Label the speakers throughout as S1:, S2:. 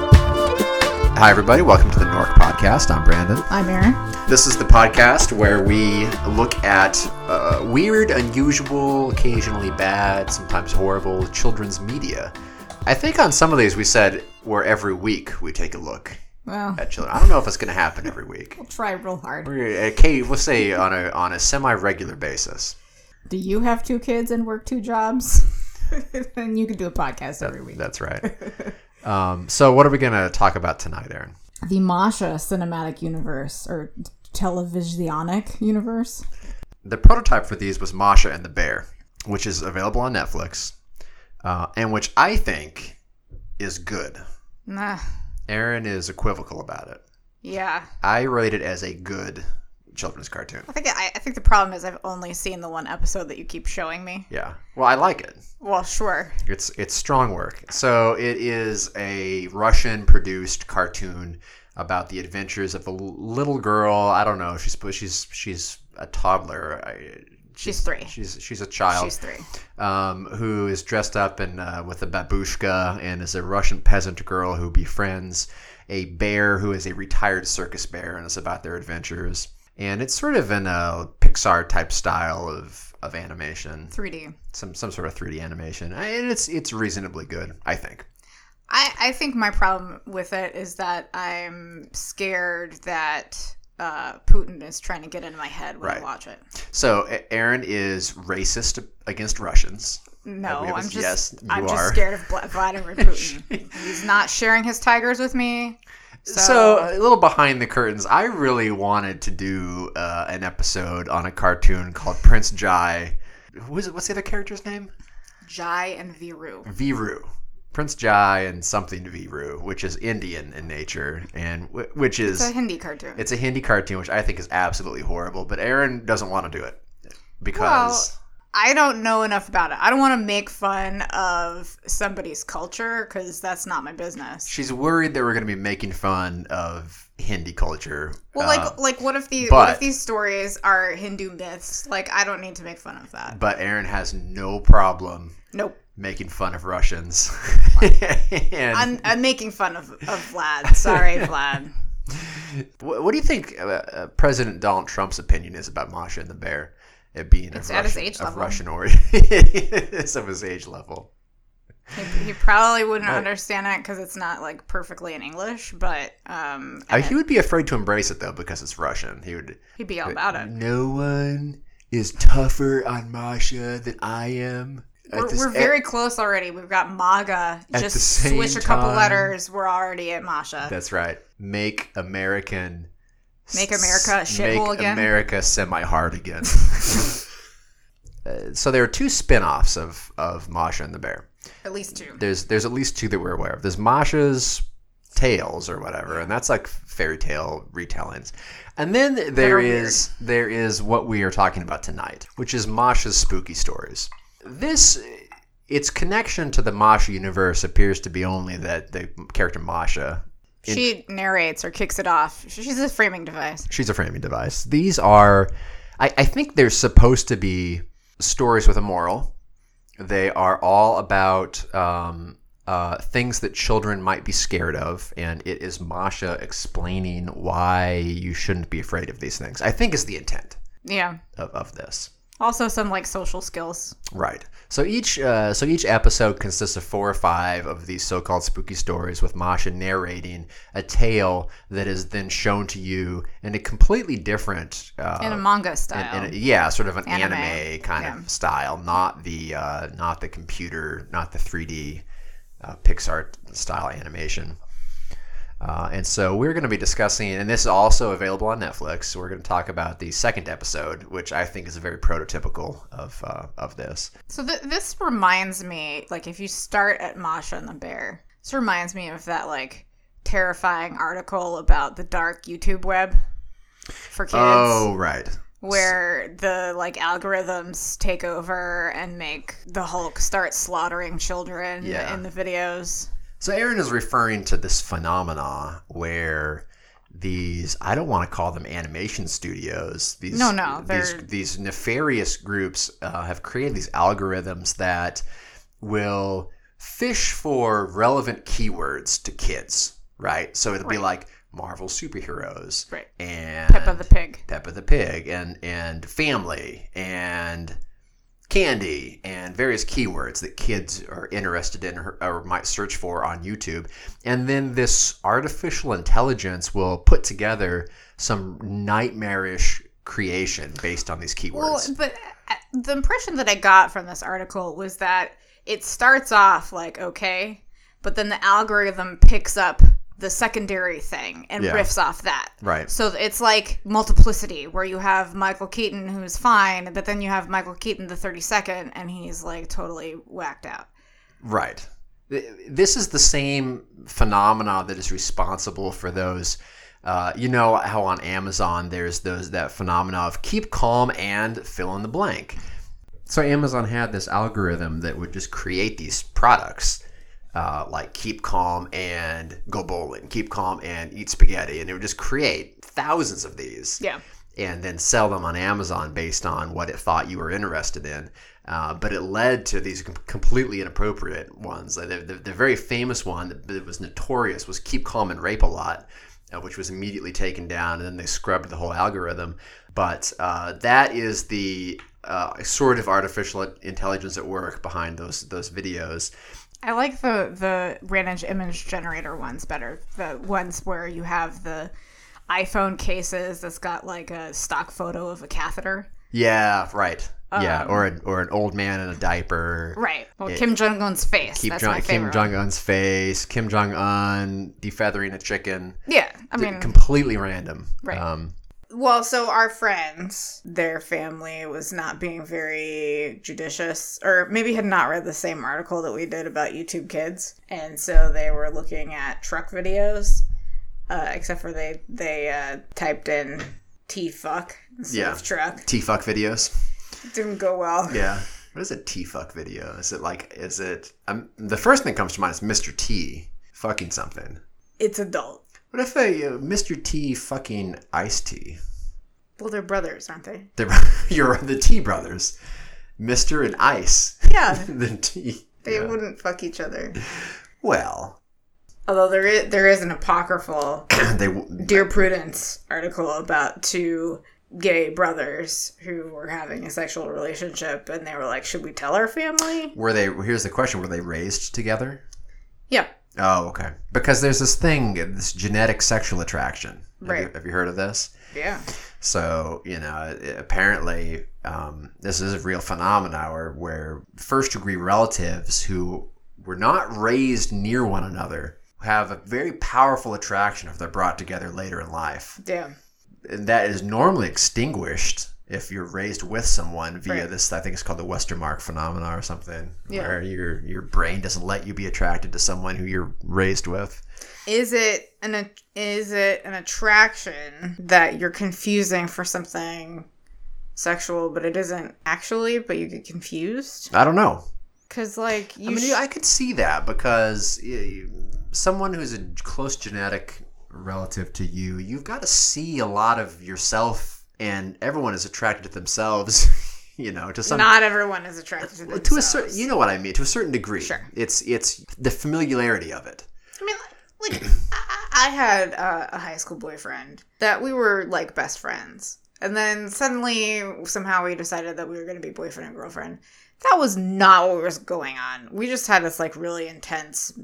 S1: Hi, everybody. Welcome to the Nork Podcast. I'm Brandon.
S2: I'm Aaron.
S1: This is the podcast where we look at uh, weird, unusual, occasionally bad, sometimes horrible children's media. I think on some of these we said where every week we take a look
S2: Well,
S1: at children. I don't know if it's going to happen every week.
S2: try real hard.
S1: We're, okay, we'll say on a on a semi regular basis.
S2: Do you have two kids and work two jobs? then you could do a podcast every week.
S1: That's right. Um, so, what are we going to talk about tonight, Aaron?
S2: The Masha cinematic universe or televisionic universe.
S1: The prototype for these was Masha and the Bear, which is available on Netflix, uh, and which I think is good.
S2: Nah.
S1: Aaron is equivocal about it.
S2: Yeah.
S1: I rate it as a good children's cartoon.
S2: I think I, I think the problem is I've only seen the one episode that you keep showing me.
S1: Yeah. Well, I like it.
S2: Well, sure.
S1: It's it's strong work. So it is a Russian produced cartoon about the adventures of a l- little girl. I don't know. She's she's she's a toddler. I-
S2: She's three.
S1: She's she's a child.
S2: She's three.
S1: um, who is dressed up in, uh, with a babushka and is a Russian peasant girl who befriends a bear who is a retired circus bear and it's about their adventures. And it's sort of in a Pixar type style of, of animation,
S2: 3D.
S1: some some sort of 3D animation. I- And it's it's reasonably good, I think.
S3: I, I think my problem with it is that I'm scared that uh, Putin is trying to get into my head when
S1: Right.
S3: I watch it.
S1: So A- Aaron is racist against Russians.
S3: No,
S1: we have a-
S3: I'm just
S1: yes, you
S3: I'm
S1: are.
S3: just scared of Bla- Vladimir Putin. He's not sharing his tigers with me.
S1: So, uh,
S3: So,
S1: a little behind the curtains, I really wanted to do uh, an episode on a cartoon called Prince Jai. Who is it? What's the other character's name?
S3: Jai and Viru.
S1: Viru. Prince Jai and something Viru, which is Indian in nature, and w- which is
S3: It's a Hindi cartoon.
S1: it's a Hindi cartoon, which I think is absolutely horrible. But Aaron doesn't want to do it because
S3: I don't know enough about it. I don't want to make fun of somebody's culture because that's not my business.
S1: she's worried that we're going to be making fun of Hindi culture.
S3: Well,
S1: uh,
S3: like like what if the what
S1: but-
S3: if these stories are Hindu myths? Like I don't need to make fun of that.
S1: but Aaron has no problem
S3: Nope.
S1: making fun of Russians. and
S3: I'm, I'm making fun of, of Vlad. Sorry, Vlad.
S1: What, what do you think uh, uh, President Donald Trump's opinion is about Masha and the Bear? It being
S3: It's
S1: of
S3: at his
S1: Russian,
S3: age
S1: of
S3: level.
S1: Russian origin. it's of his age level.
S3: He, he probably wouldn't
S1: Right.
S3: understand it because it's not like perfectly in English, but um,
S1: Uh, he would be afraid to embrace it though because it's Russian. He would.
S3: he'd be all about it.
S1: No one is tougher on Masha than I am. At
S3: We're,
S1: this- e-,
S3: we're very close already. We've got MAGA.
S1: At the
S3: Just
S1: same
S3: switch a couple
S1: time-
S3: letters. We're already at Masha.
S1: That's right. Make American.
S3: Make America a
S1: s-
S3: shithole
S1: make
S3: again?
S1: America semi-hard again. Uh, so there are two spin-offs of of Masha and the Bear.
S3: At least two.
S1: there's there's at least two that we're aware of. There's Masha's Tales or whatever, and that's like fairy tale retellings. And then there
S3: are
S1: is there is what we are talking about tonight, which is Masha's spooky stories. This its connection to the Masha universe appears to be only that the character Masha
S3: She narrates or kicks it off. She's a framing device.
S1: she's a framing device. These are, I, I think they're supposed to be stories with a moral. They are all about um, uh, things that children might be scared of, and it is Masha explaining why you shouldn't be afraid of these things. I think is the intent
S3: Yeah.
S1: of, of this.
S3: Also, some like social skills.
S1: Right. So each uh, so each episode consists of four or five of these so-called spooky stories, with Masha narrating a tale that is then shown to you in a completely different uh,
S3: In a manga style.
S1: and it- yeah, sort of an anime,
S3: Anime.
S1: kind
S3: Yeah.
S1: of style, not the uh, not the computer, not the 3D uh, Pixar style animation. Uh, and so we're going to be discussing, and this is also available on Netflix. We're going to talk about the second episode, which I think is very prototypical of uh, of this.
S3: So th- this reminds me, like, if you start at Masha and the Bear, this reminds me of that like terrifying article about the dark YouTube web for kids.
S1: Oh, right.
S3: where the like algorithms take over and make the Hulk start slaughtering children
S1: Yeah.
S3: in the videos.
S1: So Aaron is referring to this phenomena where these I don't want to call them animation studios. These
S3: No, no,
S1: these,
S3: they're-
S1: these nefarious groups uh, have created these algorithms that will fish for relevant keywords to kids, right? So it'll be like Marvel superheroes
S3: Right.
S1: and
S3: Peppa the Pig.
S1: Peppa the Pig and and family and candy and various keywords that kids are interested in or, or might search for on YouTube. And then this artificial intelligence will put together some nightmarish creation based on these
S3: Well,
S1: keywords.
S3: but uh, the impression that I got from this article was that it starts off like okay, but then the algorithm picks up the secondary thing and
S1: Yeah.
S3: riffs off that.
S1: right.
S3: So it's like multiplicity, where you have Michael Keaton who's fine, but then you have Michael Keaton the 32nd, and he's like totally whacked out.
S1: Right. Th- This is the same phenomena that is responsible for those. Uh, you know how on Amazon there's those that phenomena of keep calm and fill in the blank. So Amazon had this algorithm that would just create these products, uh, like keep calm and go bowling, keep calm and eat spaghetti, and it would just create thousands of these
S3: Yeah.
S1: and then sell them on Amazon based on what it thought you were interested in. Uh, but it led to these com- completely inappropriate ones. Like the, the, the very famous one that, that was notorious was Keep Calm and Rape a Lot, uh, which was immediately taken down, and then they scrubbed the whole algorithm. But uh, that is the uh, sort of artificial intelligence at work behind those those videos.
S3: I like the the Ranage image generator ones better. The ones where you have the iPhone cases that's got like a stock photo of a catheter.
S1: Yeah, right. yeah, or an, or an old man in a diaper.
S3: Right. Well, Kim Jong Un's face.
S1: Keep
S3: that's
S1: Jong-
S3: my
S1: Kim
S3: favorite.
S1: Jong Un's face, Kim Jong Un defeathering a chicken.
S3: one. Yeah. I mean,
S1: Completely random.
S3: Right.
S1: Um,
S3: Well, so our friends, their family was not being very judicious, or maybe had not read the same article that we did about YouTube kids, and so they were looking at truck videos. Uh, except for they they uh, typed in "t fuck" instead
S1: Yeah.
S3: of truck.
S1: T fuck videos.
S3: Didn't go well.
S1: Yeah. What is a T fuck video? Is it like, is it, um, the first thing that comes to mind is Mr. T fucking something.
S3: It's adult.
S1: What if a uh, Mr. T fucking iced tea?
S3: Well, they're brothers, aren't they?
S1: They're, you're the T brothers. Mr. and Ice.
S3: Yeah,
S1: the T.
S3: they
S1: Yeah.
S3: wouldn't fuck each other.
S1: Well,
S3: Although there is there is an apocryphal
S1: they, w-
S3: Dear Prudence article about two gay brothers who were having a sexual relationship and they were like, should we tell our family?
S1: were they, here's the question, were they raised together?
S3: Yeah.
S1: Oh, okay. Because there's this thing, this genetic sexual attraction. Have You,
S3: Right.
S1: have you heard of this?
S3: Yeah.
S1: So you know, it- apparently, um, this is a real phenomenon where, where first degree relatives who were not raised near one another have a very powerful attraction if they're brought together later in life,
S3: Damn.
S1: and that is normally extinguished if you're raised with someone via
S3: Right.
S1: this. I think it's called the Westermark phenomenon or something,
S3: Yeah.
S1: where your your brain doesn't let you be attracted to someone who you're raised with.
S3: Is it an is it an attraction that you're confusing for something sexual, but it isn't actually, but you get confused?
S1: I don't know.
S3: Because like you,
S1: I mean,
S3: sh-
S1: I could see that because eh, someone who's a close genetic relative to you, you've got to see a lot of yourself, and everyone is attracted to themselves, you know, to some. Uh,
S3: not everyone is attracted to
S1: to a
S3: themselves.
S1: certain, you know what I mean. To a certain degree,
S3: Sure.
S1: It's it's the familiarity of it.
S3: I mean, like, like, I, I had a, a high school boyfriend that we were like best friends. And then suddenly, somehow, we decided that we were going to be boyfriend and girlfriend. That was not what was going on. We just had this like really intense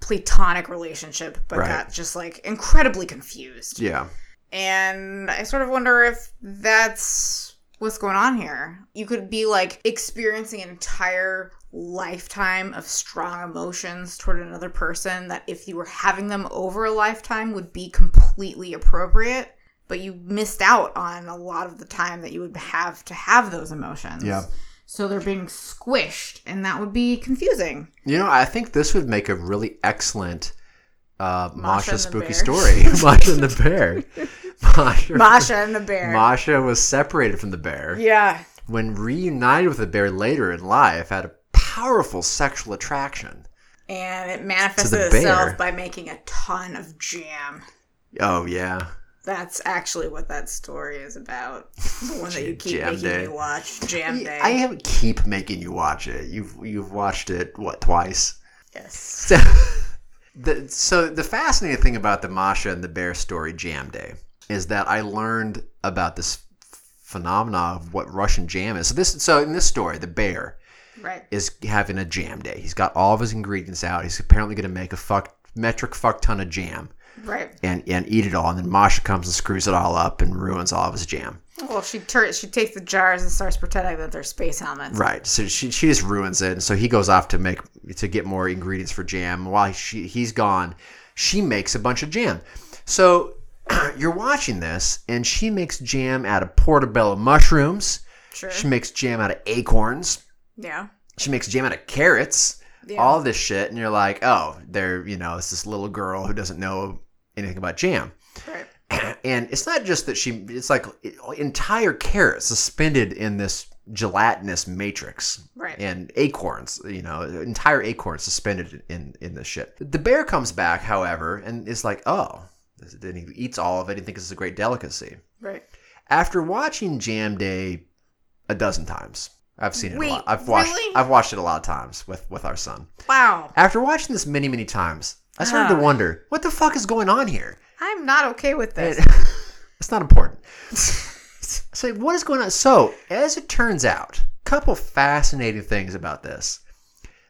S3: platonic relationship, but
S1: Right.
S3: got just like incredibly confused.
S1: Yeah,
S3: And I sort of wonder if that's what's going on here. You could be like experiencing an entire lifetime of strong emotions toward another person that if you were having them over a lifetime would be completely appropriate, but you missed out on a lot of the time that you would have to have those emotions.
S1: Yeah.
S3: So they're being squished and that would be confusing.
S1: you know, I think this would make a really excellent uh,
S3: Masha
S1: Masha's
S3: and the
S1: spooky
S3: bear.
S1: story, Masha and the bear. Masha,
S3: Masha and the bear.
S1: Masha was separated from the bear
S3: yeah.
S1: when reunited with the bear later in life. Had a powerful sexual attraction.
S3: And it manifested
S1: bear.
S3: itself by making a ton of jam.
S1: Oh yeah,
S3: That's actually what that story is about. The one that you keep
S1: Jam
S3: making
S1: Day.
S3: me watch, Jam Day.
S1: I haven't keep making you watch it. You've you've watched it what twice.
S3: yes.
S1: So the, so the fascinating thing about the Masha and the Bear story Jam Day is that I learned about this phenomena of what Russian jam is. So this so in this story, the bear
S3: Right.
S1: is having a jam day. He's got all of his ingredients out. He's apparently going to make a fuck metric fuck ton of jam
S3: Right.
S1: and and eat it all. And then Masha comes and screws it all up and ruins all of his jam.
S3: Well, she tur- she takes the jars and starts pretending that they're space helmets.
S1: Right. So she she just ruins it, and so he goes off to make to get more ingredients for jam. While she he's gone, she makes a bunch of jam. So you're watching this, and she makes jam out of portobello mushrooms.
S3: Sure.
S1: She makes jam out of acorns.
S3: Yeah.
S1: She makes jam out of carrots.
S3: Yeah.
S1: All this shit, and you're like, oh, they're you know, it's this little girl who doesn't know anything about jam.
S3: Right.
S1: And it's not just that she; it's like entire carrots suspended in this gelatinous matrix
S3: Right.
S1: and acorns, you know, entire acorns suspended in in this shit. The bear comes back, however, and is like, "Oh." Then he eats all of it and thinks it's a great delicacy.
S3: Right.
S1: After watching Jam Day a dozen times, I've seen it
S3: Wait,
S1: a lot. I've watched
S3: really?
S1: I've watched it a lot of times with with our son.
S3: Wow.
S1: After watching this many many times, I started
S3: Ah.
S1: to wonder what the fuck is going on here.
S3: I'm not okay with this.
S1: And- it's not important. so what is going on? So as it turns out, couple fascinating things about this.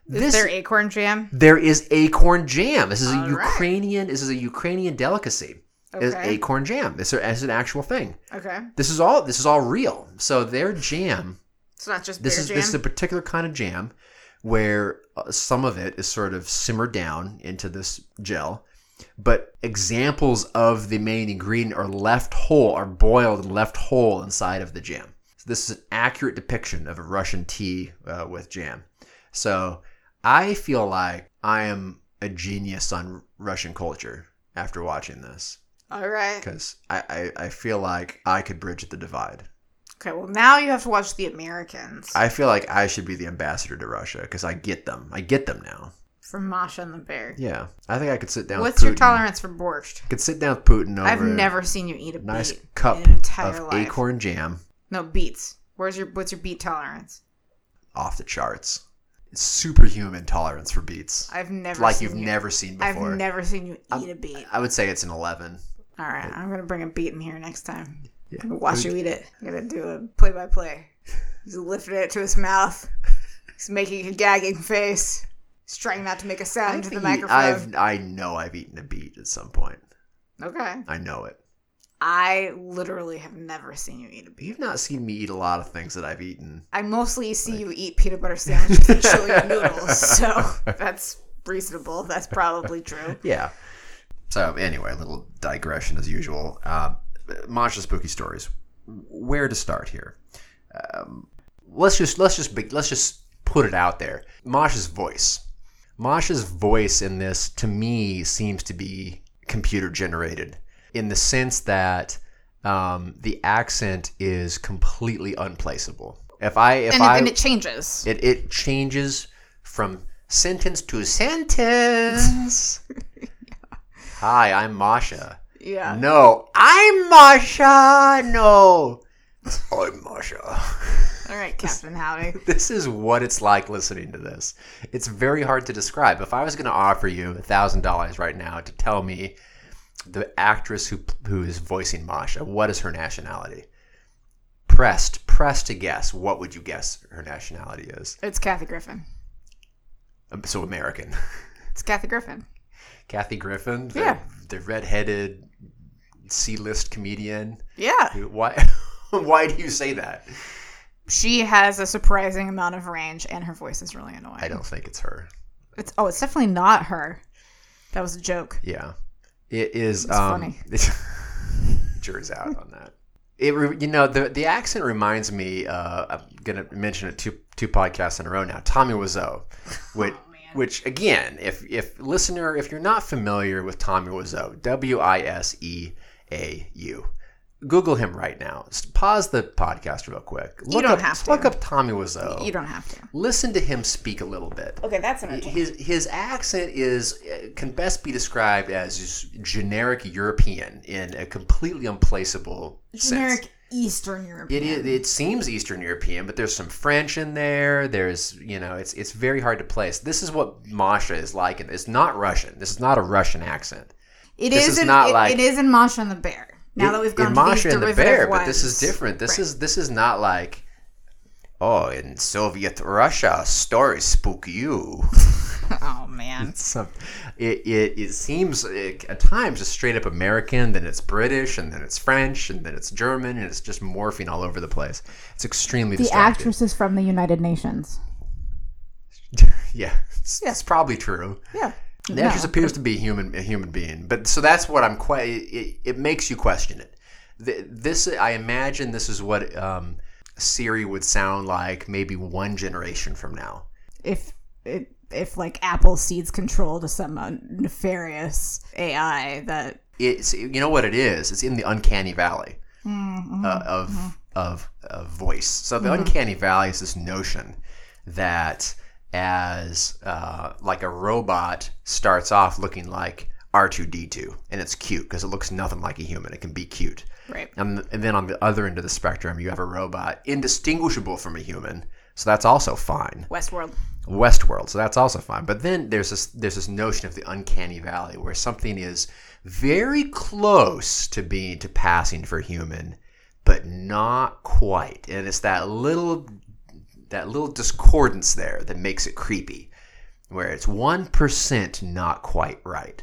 S3: Is there acorn jam?
S1: there is acorn jam. This is a
S3: All right.
S1: Ukrainian. This is a Ukrainian delicacy. Is
S3: Okay.
S1: acorn jam. This is an actual thing.
S3: Okay.
S1: This is all. This is all real. So their jam.
S3: It's not just
S1: This
S3: beer
S1: is
S3: jam.
S1: this is a particular kind of jam, where uh, some of it is sort of simmered down into this gel, but examples of the main ingredient are left whole, are boiled and left whole inside of the jam. So this is an accurate depiction of a Russian tea uh, with jam. So I feel like I am a genius on Russian culture after watching this
S3: All right.
S1: because I, I, I feel like I could bridge the divide.
S3: Okay. Well, now you have to watch The Americans
S1: I feel like I should be the ambassador to Russia because I get them. I get them now.
S3: from Masha and the Bear.
S1: Yeah, I think I could sit down. with
S3: What's
S1: Putin.
S3: your tolerance for borscht?
S1: I could sit down with Putin over
S3: I've never seen you eat a
S1: a nice
S3: beet
S1: cup
S3: in an entire
S1: of
S3: life.
S1: acorn jam
S3: No beets. Where's your what's your beet tolerance?
S1: off the charts. Superhuman tolerance for beets,
S3: I've never
S1: like
S3: seen
S1: you've
S3: you-
S1: never seen
S3: I've
S1: before.
S3: never seen you eat a beet.
S1: I would say it's an eleven.
S3: All right, I'm gonna bring a beat in here next time.
S1: Yeah.
S3: I'm gonna watch you eat it. I'm gonna do a play by play. He's lifting it to his mouth. He's making a gagging face. He's trying not to make a sound into the
S1: I've eat- I've
S3: microphone.
S1: I know I've eaten a beet at some point.
S3: Okay.
S1: I know it.
S3: I literally have never seen you eat a beet.
S1: You've not seen me eat a lot of things that I've eaten.
S3: I mostly see you eat peanut butter sandwiches and chili noodles, so that's reasonable. That's probably true.
S1: Yeah. So anyway, a little digression as usual. Uh, Masha spooky stories. Where to start here? Um, let's just let's just be, let's just put it out there. Masha's voice. Masha's voice in this, to me, seems to be computer generated in the sense that um, the accent is completely unplaceable. If I if
S3: And,
S1: I
S3: and it changes.
S1: it, it changes from sentence to sentence. Hi, I'm Masha.
S3: yeah.
S1: No, I'm Masha. No, I'm Masha.
S3: All right, Captain Howdy.
S1: This is what it's like listening to this. It's very hard to describe. If I was going to offer you $1,000 right now to tell me the actress who, who is voicing Masha, what is her nationality? Pressed, pressed to guess, what would you guess her nationality is?
S3: It's Kathy Griffin.
S1: Um, so American.
S3: It's Kathy Griffin.
S1: Kathy Griffin, the,
S3: Yeah.
S1: the redheaded C-list comedian.
S3: Yeah.
S1: Why? Why do you say that?
S3: She has a surprising amount of range, and her voice is really annoying.
S1: I don't think it's her.
S3: It's oh, it's definitely not her. That was a joke.
S1: Yeah, it is.
S3: That's
S1: um,
S3: funny.
S1: jurors out on that. It re- you know the the accent reminds
S3: Oh,
S1: me. Uh, I'm gonna mention it two two podcasts in a row now. Tommy Wiseau, which Which again, if if listener, if you're not familiar with Tommy Wiseau, W I S E A U, Google him right now. Just pause the podcast real quick. Look
S3: don't
S1: up,
S3: have to.
S1: Look up Tommy Wiseau.
S3: You don't have to.
S1: Listen to him speak a little bit.
S3: Okay, that's entertaining.
S1: His his accent is uh, can best be described as just generic European in a completely unplaceable sense.
S2: Generic Eastern
S1: It
S2: European.
S1: is, it seems Eastern European, but there's some French in there. There's you know, it's it's very hard to place. This is what Masha is like, and it's not Russian. This is not a Russian accent.
S3: It
S1: This
S3: is
S1: is
S3: in,
S1: not
S3: it-
S1: like-
S3: it is in Masha and the Bear. Now that we've
S1: In
S3: gone to
S1: Masha
S3: these
S1: and the Bear,
S3: derivative
S1: but this is
S3: ones.
S1: different. This is this is not like oh, in Soviet Russia, stories spook you.
S3: Oh man.
S1: Some, it, it, it seems uh at times just straight up American, then it's British, and then it's French, and then it's German, and it's just morphing all over the place. It's extremely
S2: the
S1: distracting.
S2: actress is from the United Nations.
S1: yeah, it's, it's probably true.
S2: Yeah.
S1: The actress appears to be human, a human being, but so that's what I'm quite. It, it makes you question it. Th- This, I imagine, this is what um, Siri would sound like maybe one generation from now.
S2: If it, if like Apple cedes control to some uh, nefarious AI that
S1: It's you know what it is. It's in the uncanny valley uh, of of of voice. So the uncanny valley is this notion that as uh, like a robot starts off looking like R two D two, and it's cute because it looks nothing like a human. It can be cute.
S2: right.
S1: And, and then on the other end of the spectrum, you have a robot indistinguishable from a human. So that's also fine.
S2: Westworld.
S1: Westworld, so that's also fine. But then there's this there's this notion of the uncanny valley where something is very close to being to passing for human, but not quite. And it's that little that little discordance there that makes it creepy, where it's one percent not quite right.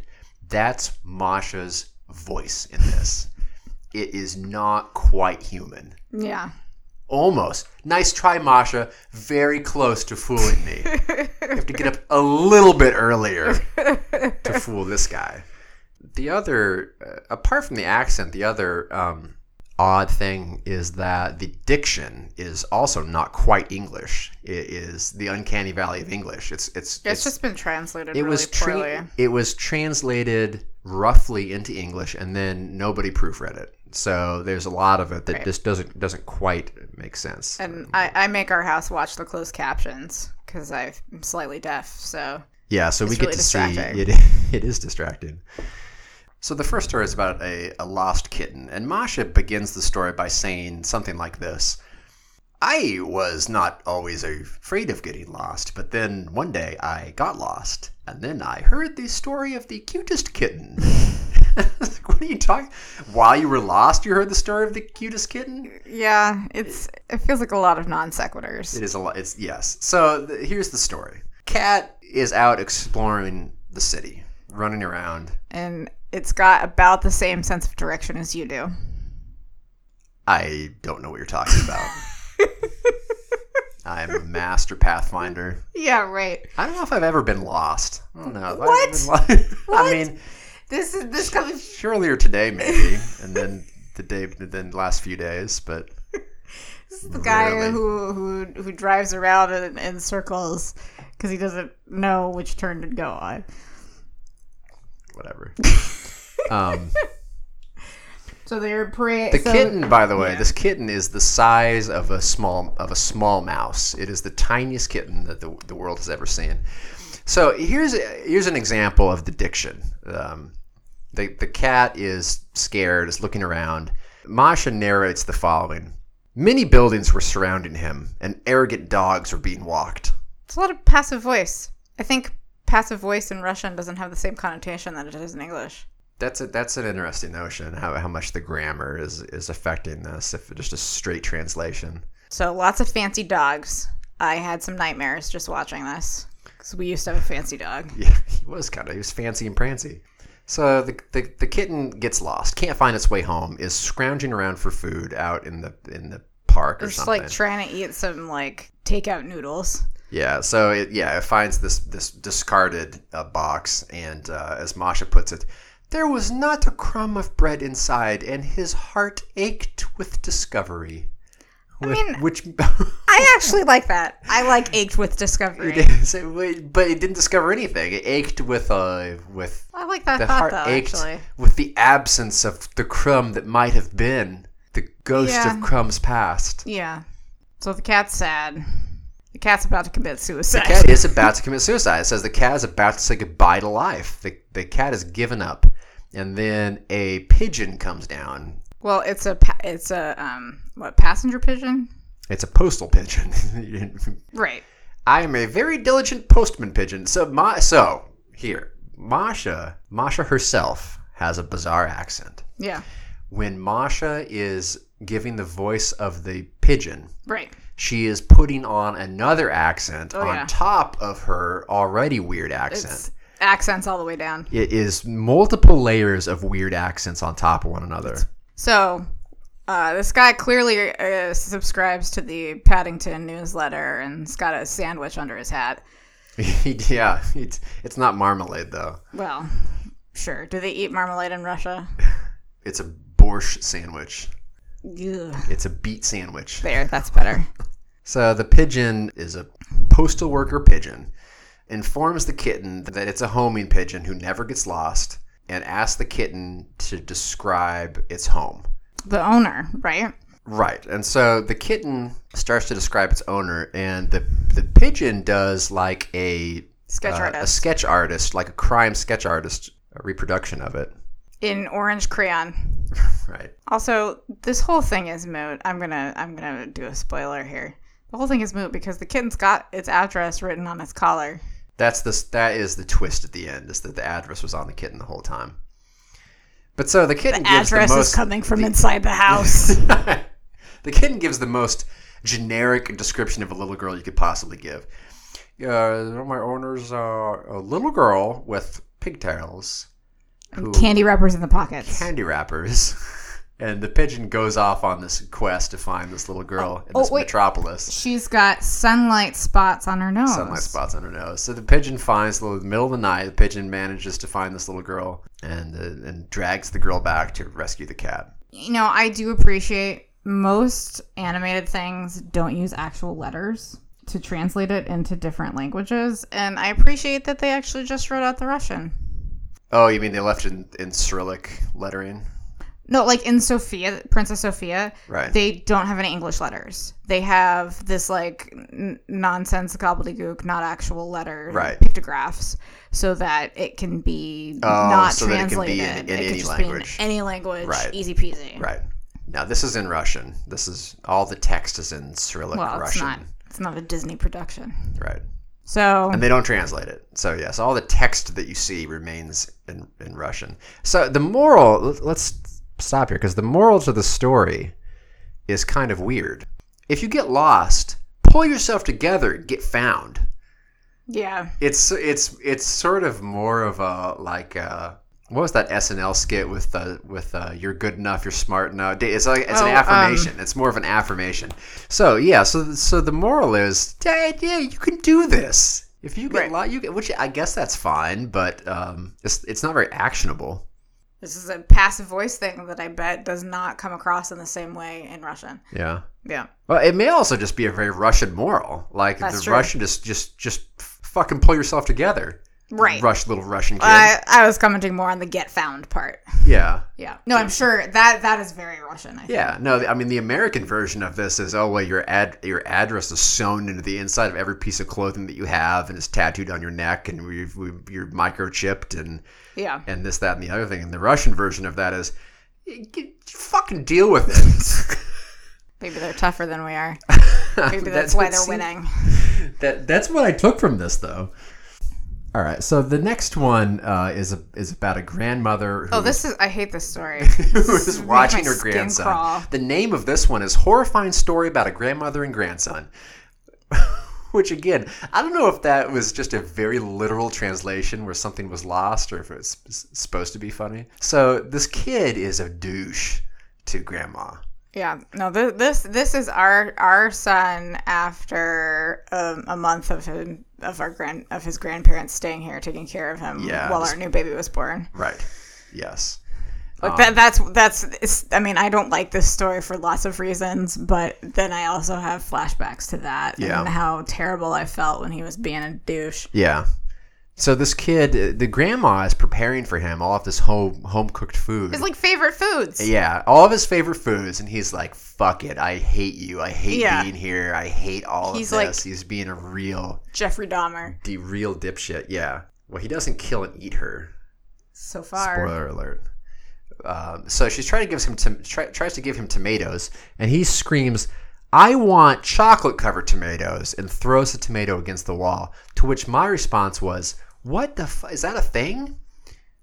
S1: That's Masha's voice in this. it is not quite human.
S2: Yeah.
S1: Almost. Nice try, Masha. Very close to fooling me. you have to get up a little bit earlier to fool this guy. The other, uh, apart from the accent, the other um, odd thing is that the diction is also not quite English. It is the uncanny valley of English. It's it's
S3: It's, just been translated
S1: it
S3: really
S1: was tra-
S3: poorly.
S1: it was translated roughly into English, and then nobody proofread it. So there's a lot of it that just doesn't doesn't quite make sense.
S3: and I, I make our house watch the closed captions because I'm slightly deaf. So
S1: yeah, so we get
S3: really
S1: to see
S3: distracting.
S1: it. It is distracting. So the first story is about a, a lost kitten, and Masha begins the story by saying something like this. I was not always afraid of getting lost, but then one day I got lost, and then I heard the story of the cutest kitten. Like, what are you talking? While you were lost, you heard the story of the cutest kitten.
S3: yeah, it's it feels like a lot of non sequiturs.
S1: It is a lot. It's yes. So th here's the story. Cat is out exploring the city, running around.
S3: and it's got about the same sense of direction as you do.
S1: I don't know what you're talking about. I'm a master pathfinder.
S3: Yeah, right.
S1: I don't know if I've ever been lost. I don't know. Have I ever
S3: What?
S1: been lo-
S3: What?
S1: I mean,
S3: This is this comes
S1: earlier today maybe, and then the day, then last few days. But
S3: This is the guy
S1: Really?
S3: who, who who drives around in, in circles because he doesn't know which turn to go on.
S1: whatever. Um,
S2: So they're parade.
S1: the
S2: so
S1: kitten, by the way, this kitten is the size of a small of a small mouse. It is the tiniest kitten that the, the world has ever seen. So here's here's an example of the diction. Um, the the cat is scared, is looking around. Masha narrates the following: Many buildings were surrounding him, and arrogant dogs were being walked.
S3: It's a lot of passive voice. I think passive voice in Russian doesn't have the same connotation that it does in English.
S1: That's a, that's an interesting notion. How, how much the grammar is is affecting this? If it's just a straight translation.
S3: So lots of fancy dogs. I had some nightmares just watching this because we used to have a fancy dog.
S1: Yeah, he was kind of. He was fancy and prancy. So the, the the kitten gets lost, can't find its way home, is scrounging around for food out in the in the park or
S3: Just
S1: something.
S3: like trying to eat some like takeout noodles.
S1: yeah, so it yeah it finds this this discarded uh, box, and uh, as Masha puts it, there was not a crumb of bread inside, and his heart ached with discovery. With-
S3: mean-
S1: which
S3: I I actually like that. I like ached with discovery.
S1: It is, it wa- but it didn't discover anything. It ached with uh with
S3: I like that
S1: the heart
S3: thought though.
S1: ached
S3: Actually,
S1: with the absence of the crumb that might have been the ghost
S3: Yeah.
S1: of crumb's past.
S3: yeah. So the cat's sad. The cat's about to commit suicide.
S1: The cat is about to commit suicide. It says the cat is about to say goodbye to life. The, the cat has given up. And then a pigeon comes down.
S3: well, it's a pa- it's a um what passenger pigeon?
S1: It's a postal pigeon.
S3: Right.
S1: I am a very diligent postman pigeon. So, Ma- so here, Masha, Masha herself has a bizarre accent.
S3: Yeah.
S1: When Masha is giving the voice of the pigeon,
S3: Right.
S1: she is putting on another accent on
S3: Oh, yeah.
S1: top of her already weird accent.
S3: It's accents all the way down.
S1: It is multiple layers of weird accents on top of one another.
S3: So, uh, this guy clearly uh, subscribes to the Paddington newsletter and's got a sandwich under his hat.
S1: yeah, it's it's not marmalade though.
S3: Well, sure. Do they eat marmalade in Russia?
S1: It's a borscht sandwich.
S3: Ugh.
S1: It's a beet sandwich.
S3: There, that's better.
S1: So the pigeon is a postal worker pigeon. Informs the kitten that it's a homing pigeon who never gets lost, and asks the kitten to describe its home.
S3: The owner, right?
S1: Right. And so the kitten starts to describe its owner, and the the pigeon does like a
S3: Sketch
S1: uh, a
S3: artist
S1: sketch artist, like a crime sketch artist, a reproduction of it.
S3: in orange crayon.
S1: Right.
S3: Also, this whole thing is moot. I'm gonna I'm gonna do a spoiler here. The whole thing is moot because the kitten's got its address written on its collar.
S1: That's the that is the twist at the end is that the address was on the kitten the whole time. But so the kitten gives
S2: Address
S1: the
S2: is
S1: most
S2: coming from inside the house.
S1: the kitten gives the most generic description of a little girl you could possibly give. Uh, my owner's uh, a little girl with pigtails, who
S2: Candy wrappers in the pockets.
S1: candy wrappers. And the pigeon goes off on this quest to find this little girl in
S3: oh,
S1: this
S3: wait.
S1: metropolis.
S3: She's got sunlight spots on her nose.
S1: sunlight spots on her nose. So the pigeon finds the middle of the night. The pigeon manages to find this little girl and uh, and drags the girl back to rescue the cat.
S3: you know, I do appreciate most animated things don't use actual letters to translate it into different languages, and I appreciate that they actually just wrote out the Russian.
S1: Oh, you mean they left in, in Cyrillic lettering?
S3: No, like in Sophia, Princess Sophia,
S1: Right.
S3: they don't have any English letters. They have this like n- nonsense gobbledygook, not actual letter
S1: Right. Oh,
S3: pictographs, so that it can be not
S1: so that it can
S3: translated.
S1: be in- in
S3: could
S1: any
S3: just
S1: language.
S3: Be in any language,
S1: Right.
S3: easy peasy.
S1: right. Now this is in Russian. This is all the text is in Cyrillic
S3: Well, it's
S1: Russian.
S3: not. It's not a Disney production.
S1: Right.
S3: So
S1: And they don't translate it. So yes, all the text that you see remains in, in Russian. So the moral, let- let's stop here because the moral to the story is kind of weird. If you get lost, pull yourself together, and get found.
S3: yeah,
S1: It's it's it's sort of more of a like uh what was that SNL skit with uh, with uh, you're good enough, you're smart enough? Da- It's like it's
S3: Oh,
S1: an
S3: um,
S1: affirmation. it's more of an affirmation. So yeah, so so the moral is, Dad, yeah, you can do this. If you get
S3: Right.
S1: a lot, you get which I guess that's fine, but um, it's it's not very actionable.
S3: this is a passive voice thing that I bet does not come across in the same way in Russian.
S1: Yeah.
S3: Yeah.
S1: Well, it may also just be a very Russian moral. Like
S3: That's
S1: the
S3: true.
S1: Russian just just just fucking pull yourself together.
S3: Right. Uh,
S1: Rush little Russian kid.
S3: I, I was commenting more on the get found part.
S1: yeah.
S3: Yeah. No, I'm sure that that is very Russian. I think.
S1: Yeah, no, I mean the American version of this is oh well your ad your address is sewn into the inside of every piece of clothing that you have and it's tattooed on your neck and we've, we you're microchipped and
S3: Yeah.
S1: and this that and the other thing and the Russian version of that is y- y- fucking deal with it.
S3: Maybe they're tougher than we are. Maybe
S1: That's
S3: that's why
S1: what
S3: they're
S1: seems-
S3: winning.
S1: that that's what I took from this though. All right, so the next one uh, is a, is about a grandmother who
S3: Oh, this is. I hate this story.
S1: who is
S3: Make
S1: watching
S3: my
S1: her
S3: skin
S1: grandson.
S3: crawl.
S1: The name of this one is Horrifying Story About a Grandmother and Grandson. Which, again, I don't know if that was just a very literal translation where something was lost or if it's supposed to be funny. So, this kid is a douche to grandma.
S3: Yeah. No. This this this is our our son after um, a month of him of our grand of his grandparents staying here taking care of him
S1: Yeah,
S3: while
S1: this-
S3: our new baby was born.
S1: Right. Yes.
S2: Like that, that's that's. it's- I mean, I don't like this story for lots of reasons, but then I also have flashbacks to that
S1: Yeah.
S2: and how terrible I felt when he was being a douche.
S1: Yeah. So this kid, uh, the grandma is preparing for him all of this home home cooked food.
S3: It's like favorite foods.
S1: yeah, all of his favorite foods, and he's like, "Fuck it, I hate you. I hate
S2: Yeah.
S1: being here. I hate all
S3: He's
S1: of
S3: like-
S1: this." he's being a real,
S2: Jeffrey Dahmer.
S1: the real dipshit. Yeah. Well, he doesn't kill and eat her.
S3: So far.
S1: Spoiler alert. Um, so she's trying to give him tom- try, tries to give him tomatoes, and he screams, "I want chocolate covered tomatoes!" and throws the tomato against the wall. To which my response was, "What the f- is that a thing?"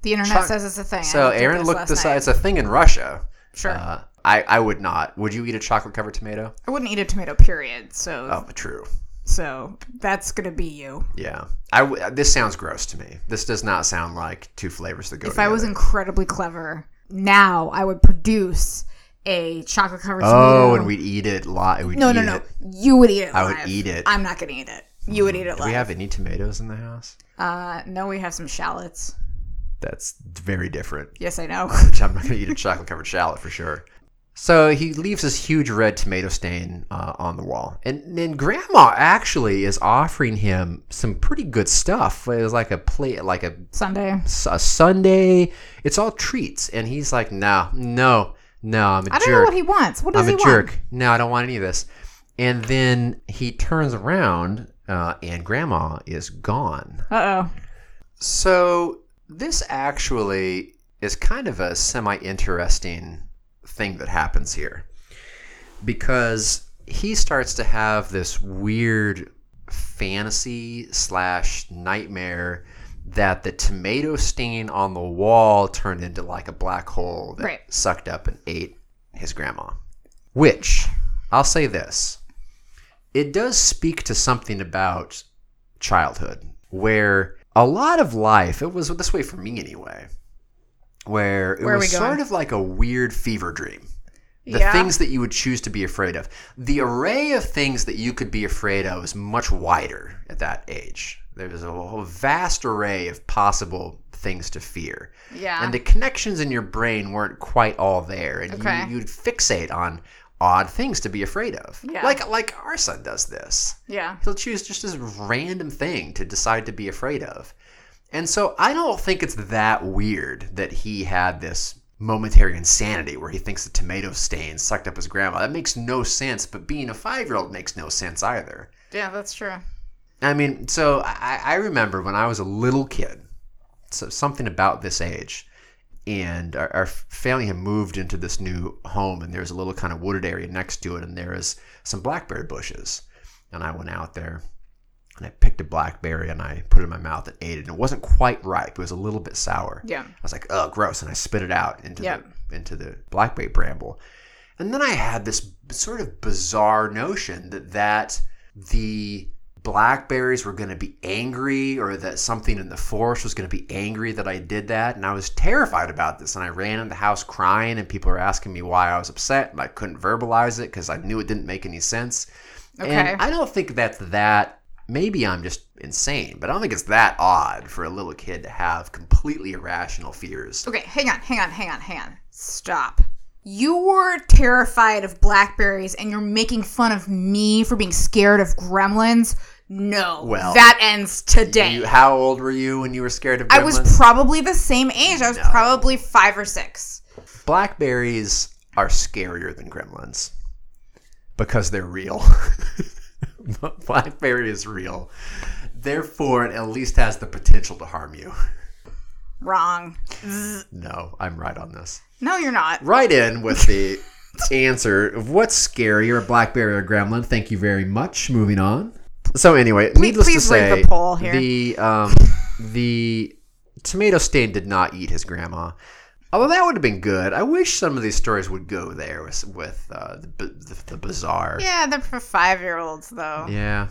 S3: The internet
S1: Chuck-
S3: says it's a thing. I
S1: So
S3: at
S1: Aaron
S3: this
S1: looked
S3: last
S1: this
S3: night.
S1: up. It's a thing in Russia.
S3: Sure.
S1: Uh, I I would not. Would you eat a chocolate covered tomato?
S3: I wouldn't eat a tomato, period. So
S1: Oh, true.
S2: So that's gonna be you.
S1: Yeah. I w- this sounds gross to me. This does not sound like two flavors that go.
S3: if I was
S1: together.
S3: incredibly clever, now I would produce a chocolate covered tomato.
S1: oh, and we'd eat it live. We'd
S3: no,
S1: eat
S3: no, no.
S1: It.
S3: You would eat it.
S1: I would
S3: live.
S1: eat it.
S3: I'm not gonna eat it. You would eat it.
S1: Do we
S3: Live.
S1: have any tomatoes in the house?
S3: uh, no, we have some shallots.
S1: That's very different.
S3: Yes, I know.
S1: Which I'm not going to eat a chocolate covered shallot for sure. So he leaves this huge red tomato stain uh, on the wall. And then Grandma actually is offering him some pretty good stuff. It was like a plate, like a,
S2: Sunday.
S1: a Sunday. It's all treats. And he's like, no, no, no, I'm a
S3: I don't know
S1: jerk.
S3: what he wants. What does
S1: I'm a
S3: he want?
S1: jerk. No, I don't want any of this. And then he turns around uh, and Grandma is gone.
S2: Uh oh.
S1: So this actually is kind of a semi-interesting thing that happens here because he starts to have this weird fantasy slash nightmare that the tomato stain on the wall turned into like a black hole that
S3: Right.
S1: sucked up and ate his grandma. Which I'll say this. It does speak to something about childhood where a lot of life it was this way for me anyway where it
S3: Where are
S1: was
S3: we going?
S1: sort of like a weird fever dream the
S3: Yeah.
S1: things that you would choose to be afraid of the array of things that you could be afraid of is much wider at that age there's a whole vast array of possible things to fear
S3: Yeah.
S1: and the connections in your brain weren't quite all there and
S3: Okay.
S1: you, you'd fixate on odd things to be afraid of
S3: Yeah.
S1: like like our son does this
S3: yeah.
S1: he'll choose just this random thing to decide to be afraid of. And so I don't think it's that weird that he had this momentary insanity where he thinks the tomato stain sucked up his grandma. That makes no sense, but being a five year old makes no sense either.
S3: Yeah, that's true.
S1: I mean, so I, I remember when I was a little kid, so something about this age, and our, our family had moved into this new home, and there was a little kind of wooded area next to it, and there was some blackberry bushes, and I went out there. And I picked a blackberry and I put it in my mouth and ate it. And it wasn't quite ripe; it was a little bit sour.
S3: Yeah.
S1: I was like, "Oh, gross!" And I spit it out into
S3: Yep.
S1: the into the blackberry bramble. And then I had this b- sort of bizarre notion that that the blackberries were going to be angry, or that something in the forest was going to be angry that I did that. And I was terrified about this. And I ran in the house crying, and people were asking me why I was upset, and I couldn't verbalize it because I knew it didn't make any sense.
S3: Okay.
S1: And I don't think that's that. Maybe I'm just insane, but I don't think it's that odd for a little kid to have completely irrational fears.
S3: Okay, hang on, hang on, hang on, hang on. Stop. You were terrified of blackberries and you're making fun of me for being scared of gremlins? No.
S1: Well,
S3: that ends today.
S1: You, how old were you when you were scared of gremlins?
S3: I was probably the same age. I was probably five or six.
S1: Blackberries are scarier than gremlins because they're real. Blackberry is real. Therefore, it at least has the potential to harm you.
S3: Wrong.
S1: No, I'm right on this.
S3: No, you're not.
S1: Right in with the answer of what's scarier, a blackberry or a gremlin. Thank you very much. Moving on. So anyway, needless to
S3: please read
S1: say,
S3: the poll here.
S1: the, um, the tomato stain did not eat his grandma. Although that would have been good. I wish some of these stories would go there with, with uh, the, bi- the, the bizarre.
S3: Yeah, they're for five year olds, though.
S1: Yeah.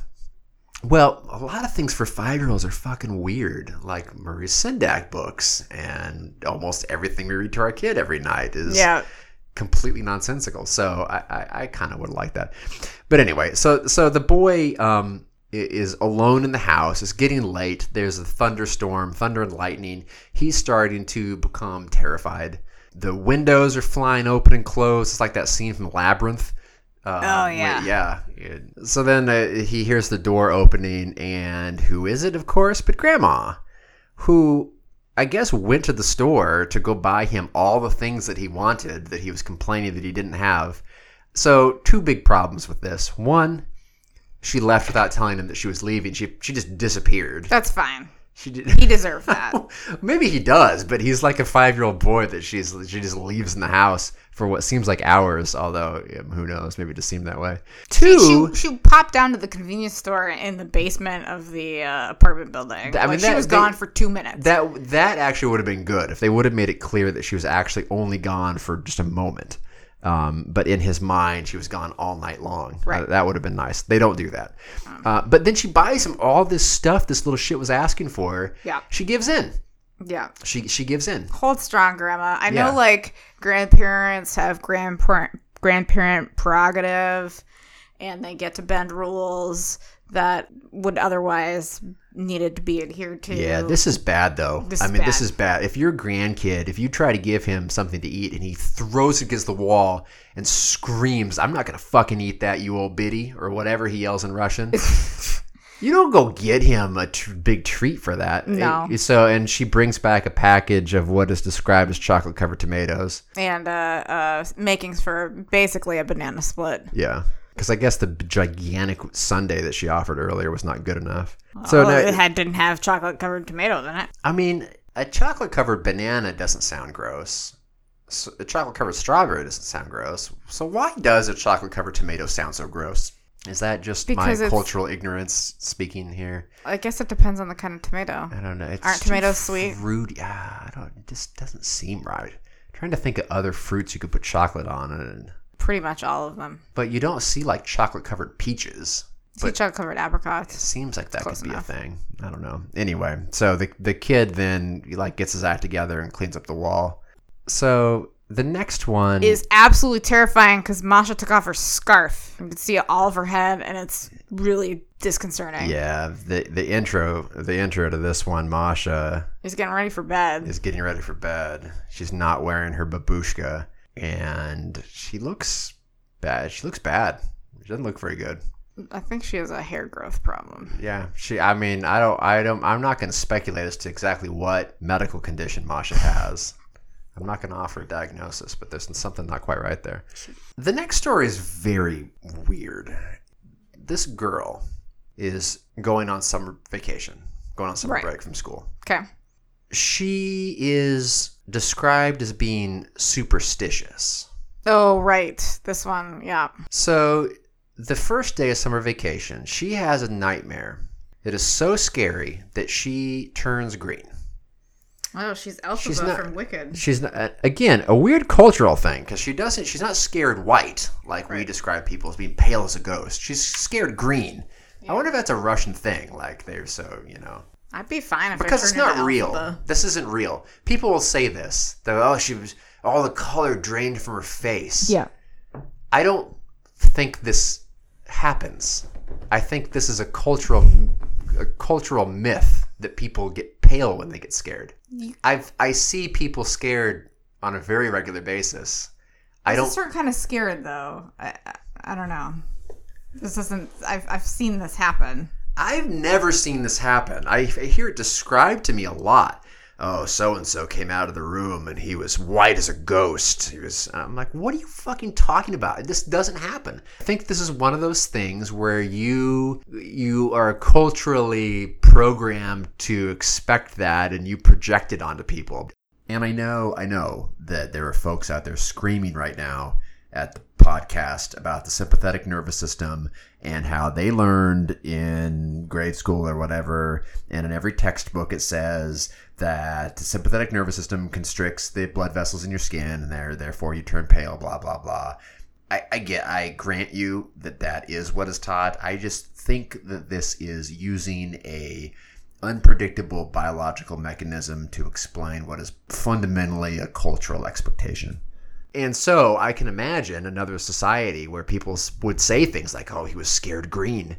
S1: Well, a lot of things for five year olds are fucking weird, like Marie Sendak books, and almost everything we read to our kid every night is
S2: Yeah.
S1: completely nonsensical. So I, I, I kind of would like that. But anyway, so so the boy um, i- is alone in the house. It's getting late. There's a thunderstorm, thunder and lightning. He's starting to become terrified. the windows are flying open and closed. It's like that scene from Labyrinth. Um,
S2: Oh,
S1: where-
S2: yeah.
S1: yeah. It- So then uh, he hears the door opening, and who is it, of course, but Grandma, who I guess went to the store to go buy him all the things that he wanted that he was complaining that he didn't have. So two big problems with this. One, she left without telling him that she was leaving. She she just disappeared.
S3: That's fine.
S1: She did.
S3: He deserved that.
S1: Maybe he does, but he's like a five year old boy that she's she just leaves in the house for what seems like hours. Although um, who knows? Maybe it just seemed that way. Two.
S3: she, she popped down to the convenience store in the basement of the uh, apartment building.
S1: Th- I mean,
S3: Like, she
S1: that-
S3: was
S1: they-
S3: gone for two minutes.
S1: That that actually would have been good if they would have made it clear that she was actually only gone for just a moment. Um, but in his mind, she was gone all night long.
S3: Right.
S1: Uh, that would have been nice. They don't do that. Uh, but then she buys him all this stuff this little shit was asking for.
S3: Yeah.
S1: She gives in.
S3: yeah.
S1: She she gives in.
S3: Hold strong, Grandma. I know,
S1: Yeah.
S3: like, grandparents have grandparent, grandparent prerogative and they get to bend rules that would otherwise needed to be adhered to.
S1: Yeah, this is bad though.
S3: This
S1: I
S3: is
S1: mean, this
S3: bad.
S1: is bad. If your grandkid, if you try to give him something to eat and he throws it against the wall and screams, "I'm not gonna fucking eat that, you old biddy," or whatever he yells in Russian, you don't go get him a tr- big treat for that.
S3: No.
S1: It- so, and she brings back a package of what is described as chocolate covered tomatoes.
S3: and uh, uh, makings for basically a banana split.
S1: Yeah. Because I guess the gigantic sundae that she offered earlier was not good enough.
S3: So
S1: So now-
S3: Oh, it had, didn't have chocolate covered tomatoes in it.
S1: I mean, a chocolate covered banana doesn't sound gross. S a chocolate covered strawberry doesn't sound gross. So why does a chocolate covered tomato sound so gross? Is that just
S3: Because
S1: my
S3: it's-
S1: cultural ignorance speaking here?
S3: I guess it depends on the kind of tomato.
S1: I don't know. It's
S3: Aren't
S1: too
S3: tomatoes sweet?
S1: Fruity. Ah, I don't. It just doesn't seem right. trying to think of other fruits you could put chocolate on, and
S3: Pretty much all of them.
S1: but you don't see like chocolate covered peaches.
S3: Sea chocolate covered apricots.
S1: seems like that
S3: Close
S1: could
S3: enough.
S1: be a thing. I don't know. Anyway, so the the kid then like gets his act together and cleans up the wall. So the next one
S3: Is absolutely terrifying because Masha took off her scarf. You can see all of her head, and it's really disconcerting.
S1: yeah the the intro the intro to this one. Masha
S3: He's getting ready for bed.
S1: is getting ready for bed. She's not wearing her babushka, and she looks bad. She looks bad. She doesn't look very good.
S3: I think she has a hair growth problem.
S1: Yeah, she. I mean, I don't. I don't. I'm not going to speculate as to exactly what medical condition Masha has. I'm not going to offer a diagnosis, but there's something not quite right there. The next story is very weird. This girl is going on summer vacation, going on summer
S3: Right.
S1: break from school.
S3: Okay.
S1: She is described as being superstitious.
S3: Oh, right. This one. Yeah.
S1: So, the first day of summer vacation, she has a nightmare that is so scary that she turns green.
S3: Oh, she's
S1: She's not- from
S3: Wicked.
S1: She's not, uh, again a weird cultural thing because she doesn't. She's not scared white like we describe people as being pale as a ghost. She's scared green. I wonder if that's a Russian thing. Like they're so you know
S3: I'd be fine if
S1: because
S3: I
S1: it's
S3: turned
S1: not
S3: into
S1: real.
S3: Elphaba.
S1: This isn't real. People will say this. That oh she was all the color drained from her face.
S2: Yeah.
S1: I don't think this happens. I think this is a cultural a cultural myth that people get pale when they get scared. I've I see people scared on a very regular basis. I
S2: It's a
S1: don't
S2: certain kind of scared though. I, I, I don't know. This isn't. I've I've seen this happen.
S1: I've never seen this happen. I, I hear it described to me a lot. Oh, so and so came out of the room and he was white as a ghost. He was. I'm like, what are you fucking talking about? This doesn't happen. I think this is one of those things where you you are culturally programmed to expect that and you project it onto people. And I know, I know that there are folks out there screaming right now at the podcast about the sympathetic nervous system and how they learned in grade school or whatever. And in every textbook, it says that the sympathetic nervous system constricts the blood vessels in your skin and there, therefore you turn pale, blah, blah, blah. I, I get, I grant you that that is what is taught. I just think that this is using a unpredictable biological mechanism to explain what is fundamentally a cultural expectation. And so I can imagine another society where people s- would say things like, oh, he was scared green.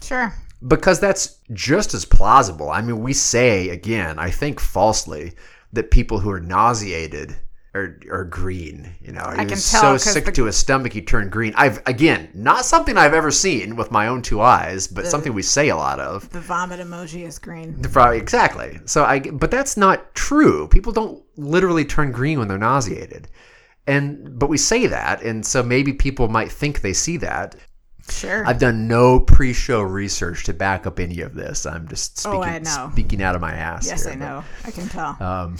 S3: Sure.
S1: Because that's just as plausible. I mean, we say, again, I think falsely, that people who are nauseated or, or green. You know, you're
S3: can tell
S1: so
S3: 'cause
S1: sick
S3: the-
S1: to his stomach you turn green. I've again not something I've ever seen with my own two eyes, but something we say a lot of.
S2: The vomit emoji is green.
S1: Probably exactly. So I, but that's not true. People don't literally turn green when they're nauseated, and but we say that, and so maybe people might think they see that. Mm.
S2: Sure.
S1: I've done no pre-show research to back up any of this. I'm just speaking,
S2: Oh, I know.
S1: speaking out of my ass.
S2: yes,
S1: here,
S2: I
S1: but,
S2: know. I can tell.
S3: Uh,
S1: um,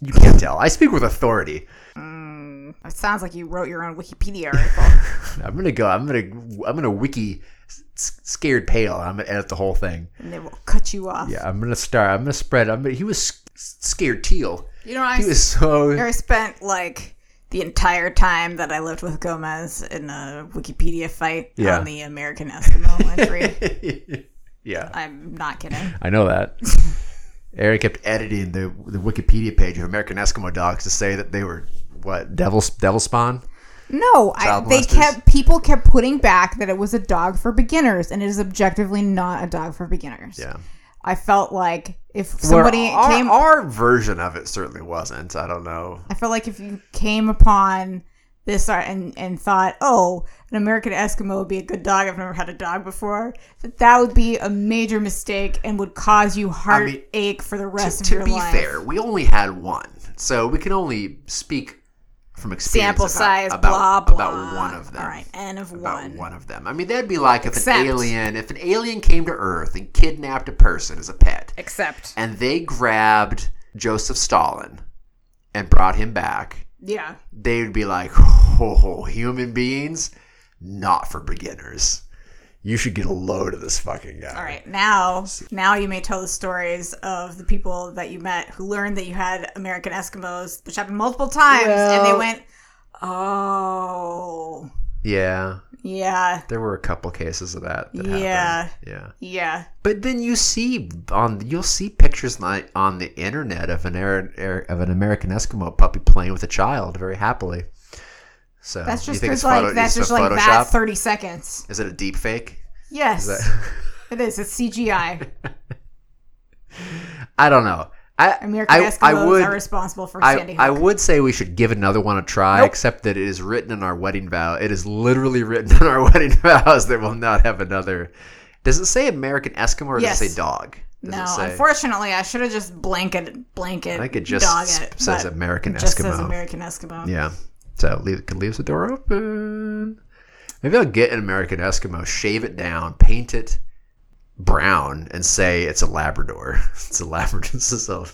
S1: you can't tell. I speak with authority.
S2: it sounds like you wrote your own Wikipedia article.
S1: I'm gonna go. I'm gonna. I'm gonna wiki s- scared pale. I'm gonna edit the whole thing.
S2: and they will cut you off.
S1: Yeah, I'm gonna start. I'm gonna spread. I'm. Gonna, he was s- scared teal.
S3: You know, I,
S1: He was so.
S2: I spent like the entire time that I lived with Gomez in a Wikipedia fight
S1: Yeah.
S2: on the American Eskimo entry.
S1: yeah,
S2: I'm not kidding.
S1: I know that. Eric kept editing the the Wikipedia page of American Eskimo dogs to say that they were what devil devil spawn.
S3: no, I,
S1: Child
S3: they
S1: molesters.
S3: kept people kept putting back that it was a dog for beginners, and it is objectively not a dog for beginners.
S1: Yeah.
S3: I felt like if somebody
S1: Well, our,
S3: came,
S1: our version of it certainly wasn't. I don't know.
S3: I feel like if you came upon this art and, and thought, oh, an American Eskimo would be a good dog. I've never had a dog before. That that would be a major mistake and would cause you heartache for the rest of
S1: To
S3: your
S1: be
S3: life.
S1: fair, we only had one, so we can only speak from experience.
S2: Sample
S1: about,
S2: size,
S1: about,
S2: blah blah.
S1: about one of them.
S2: All right, n of
S1: About
S2: one.
S1: one of them. I mean, that'd be like if
S2: Except-
S1: an alien, if an alien came to Earth and kidnapped a person as a pet,
S2: Except,
S1: and they grabbed Joseph Stalin and brought him back,
S2: yeah,
S1: they would be like, "Oh, human beings, not for beginners. You should get a load of this fucking guy."
S2: All right, now now you may tell the stories of the people that you met who learned that you had American Eskimos, which happened multiple times, and they
S1: Well-
S2: went, "Oh,
S1: Yeah,
S2: yeah,
S1: there were a couple cases of that. that
S2: Yeah.
S1: happened. yeah.
S2: yeah."
S1: But then you see on you'll see pictures li- on the internet of an Ar- Ar- of an American Eskimo puppy playing with a child very happily. So
S3: That's
S1: Oh, you
S3: just
S1: think it's
S3: 'cause, like
S1: photo-
S3: that's
S1: it's
S3: just
S1: a
S3: like
S1: Photoshop?
S3: that thirty seconds.
S1: Is it a deep fake?
S3: Yes,
S1: Is
S3: it is. It's CGI.
S1: I don't know. I
S3: American
S1: I,
S3: Eskimos
S1: I would
S3: are responsible for Sandy
S1: I,
S3: Hook.
S1: I would say we should give another one a try, except that it is written in our wedding vow. It is literally written in our wedding vows that we'll not have another. Does it say American Eskimo or does it
S2: Yes.
S1: say dog? Does
S2: no,
S1: it say?
S2: unfortunately, I should have just blanket blanket.
S1: I think it just
S2: dog
S1: s-
S2: it,
S1: says
S2: but
S1: American
S2: it just
S1: Eskimo.
S2: says American Eskimo.
S1: Yeah. So leave, could leaves the door open. Maybe I'll get an American Eskimo, shave it down, paint it brown, and say it's a Labrador. It's a Labrador. This is a-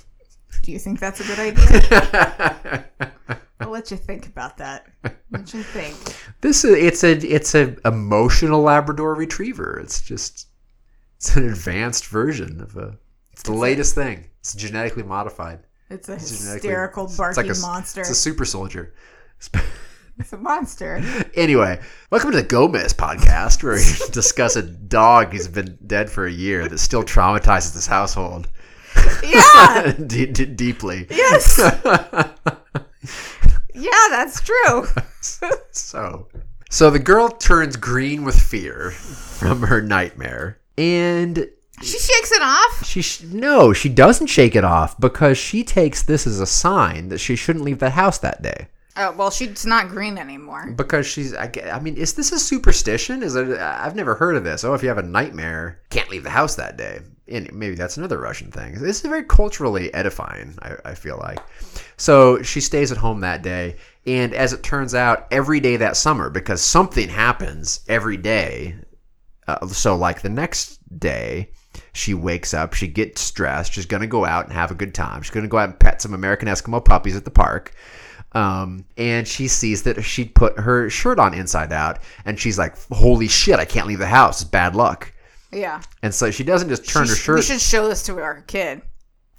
S2: Do you think that's a good idea? I'll let you think about that. What you think?
S1: this is it's a it's a emotional Labrador Retriever. It's just it's an advanced version of a. It's the latest thing. It's genetically modified.
S2: It's a
S1: It's genetically-
S2: hysterical
S1: it's
S2: barking
S1: like a s-
S2: monster.
S1: It's a super soldier.
S2: It's a monster.
S1: Anyway, welcome to the Gomez podcast, where we discuss a dog who's been dead for a year that still traumatizes this household
S2: Yeah.
S1: d- d- deeply.
S2: Yes. yeah, that's true.
S1: So, so the girl turns green with fear from her nightmare, and
S3: she shakes it off.
S1: she sh- no, she doesn't shake it off because she takes this as a sign that she shouldn't leave the house that day.
S3: Oh well, she's not green anymore.
S1: because she's I, ge- I mean is this a superstition is it i've never heard of this oh if you have a nightmare can't leave the house that day and maybe that's another russian thing this is very culturally edifying I, I feel like so she stays at home that day and as it turns out every day that summer because something happens every day uh, so like the next day she wakes up she gets stressed she's going to go out and have a good time she's going to go out and pet some american eskimo puppies at the park um, and she sees that she put her shirt on inside out and she's like holy shit i can't leave the house it's bad luck
S3: Yeah,
S1: and so she doesn't just turn
S3: She
S1: her
S3: sh- We
S1: shirt
S3: should show this to our kid.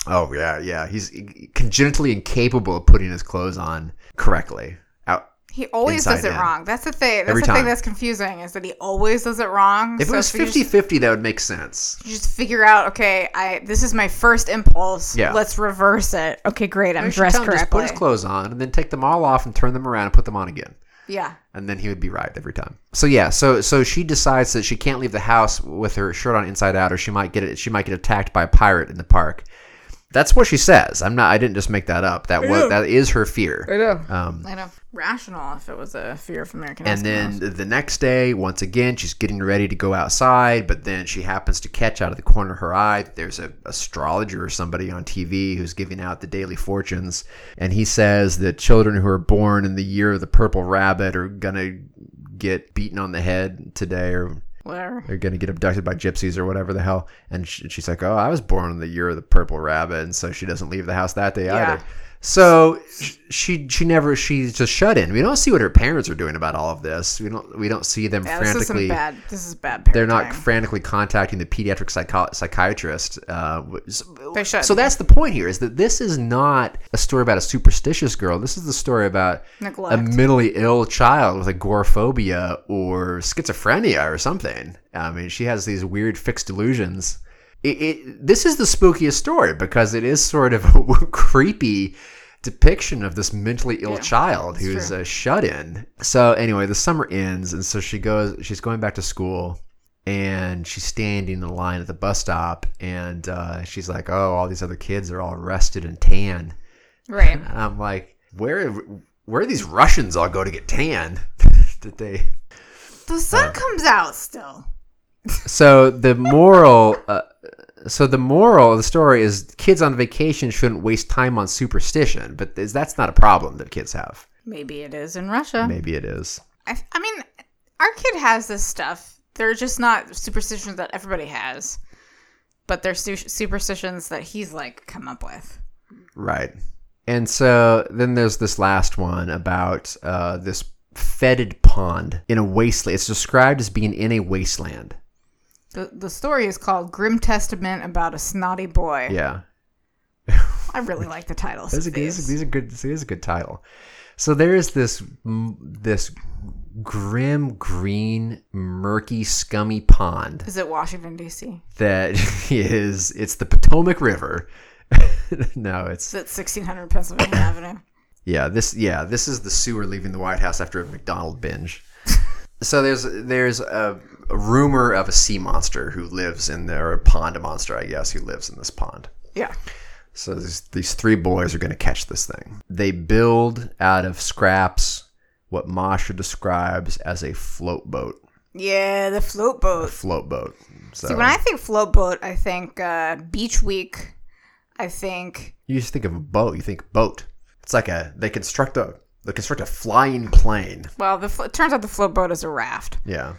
S1: oh yeah yeah he's congenitally incapable of putting his clothes on correctly out
S3: He always does
S1: Inside
S3: it
S1: in.
S3: wrong. That's the thing. That's
S1: Every
S3: the
S1: time.
S3: thing that's confusing is that he always does it wrong.
S1: if it
S3: So
S1: was
S3: we just-
S1: 50 50 that would make sense
S3: you just figure out okay i this is my first impulse
S1: Yeah.
S3: let's reverse it okay great i'm
S1: You should
S3: dressed
S1: tell him just
S3: correctly
S1: put his clothes on and then take them all off and turn them around and put them on again
S3: yeah
S1: and then he would be right every time. So yeah, so so she decides that she can't leave the house with her shirt on inside out, or she might get it. She might get attacked by a pirate in the park. That's what she says. I'm not. I didn't just make that up. That was that is her fear.
S3: I know.
S1: Um,
S3: I know. Rational if it was a fear of American
S1: and
S3: Eskimos.
S1: then the next day, once again, she's getting ready to go outside, but then she happens to catch out of the corner of her eye that there's a astrologer or somebody on TV who's giving out the daily fortunes, and he says that children who are born in the year of the purple rabbit are gonna get beaten on the head today or
S3: Whatever.
S1: they're going to get abducted by gypsies or whatever the hell. And sh she's like, oh, I was born in the year of the purple rabbit. And so she doesn't leave the house that day
S3: Yeah.
S1: either. So sh- she she never she's just shut in. We don't see what her parents are doing about all of this. We don't we don't see them
S3: Yeah, this is some
S1: frantically.
S3: bad. This is bad.
S1: They're not
S3: parenting.
S1: frantically contacting the pediatric psycho- psychiatrist. Uh, w- s-
S3: They should.
S1: so that's the point here: is that this is not a story about a superstitious girl. This is the story about
S3: Neglect.
S1: a mentally ill child with agoraphobia or schizophrenia or something. I mean, she has these weird fixed delusions. It, it, this is the spookiest story because it is sort of a creepy depiction of this mentally ill child who's a shut-in. So anyway, the summer ends, and so she goes. She's going back to school, and she's standing in line at the bus stop, and uh, she's like, "Oh, all these other kids are all rested and tan."
S3: right.
S1: And I'm like, where where do these Russians all go to get tan? Did they?
S2: The
S1: Uh,
S2: sun comes out still.
S1: So the moral, uh, so the moral of the story is kids on vacation shouldn't waste time on superstition, but is, that's not a problem that kids have.
S3: Maybe it is in Russia.
S1: Maybe it is.
S3: I, I mean, our kid has this stuff. They're just not superstitions that everybody has, but they're su- superstitions that he's like come up with.
S1: Right. And so then there's this last one about uh, this fetid pond in a wasteland. It's described as being in a wasteland.
S3: The, the story is called Grim Testament about a snotty boy.
S1: Yeah.
S3: I really like the title.
S1: Those are, these, these are good. This is a good title. So there is this m- this grim, green, murky, scummy pond
S3: Is it Washington D.C.?
S1: that is it's the Potomac River. no, it's
S3: Is it 1600 Pennsylvania Avenue?
S1: yeah. This yeah. This is the sewer leaving the White House after a McDonald binge. so there's there's a, a rumor of a sea monster who lives in there, or a pond monster, I guess, who lives in this pond.
S3: Yeah.
S1: So these, these three boys are going to catch this thing. They build out of scraps what Masha describes as a float boat.
S3: Yeah, the float boat.
S1: Float boat. So
S3: See, when I think float boat, I think uh, beach week. I think
S1: you just think of a boat, you think boat. It's like a they construct a they construct a flying plane.
S3: well, the flo- it turns out the float boat is a raft.
S1: Yeah.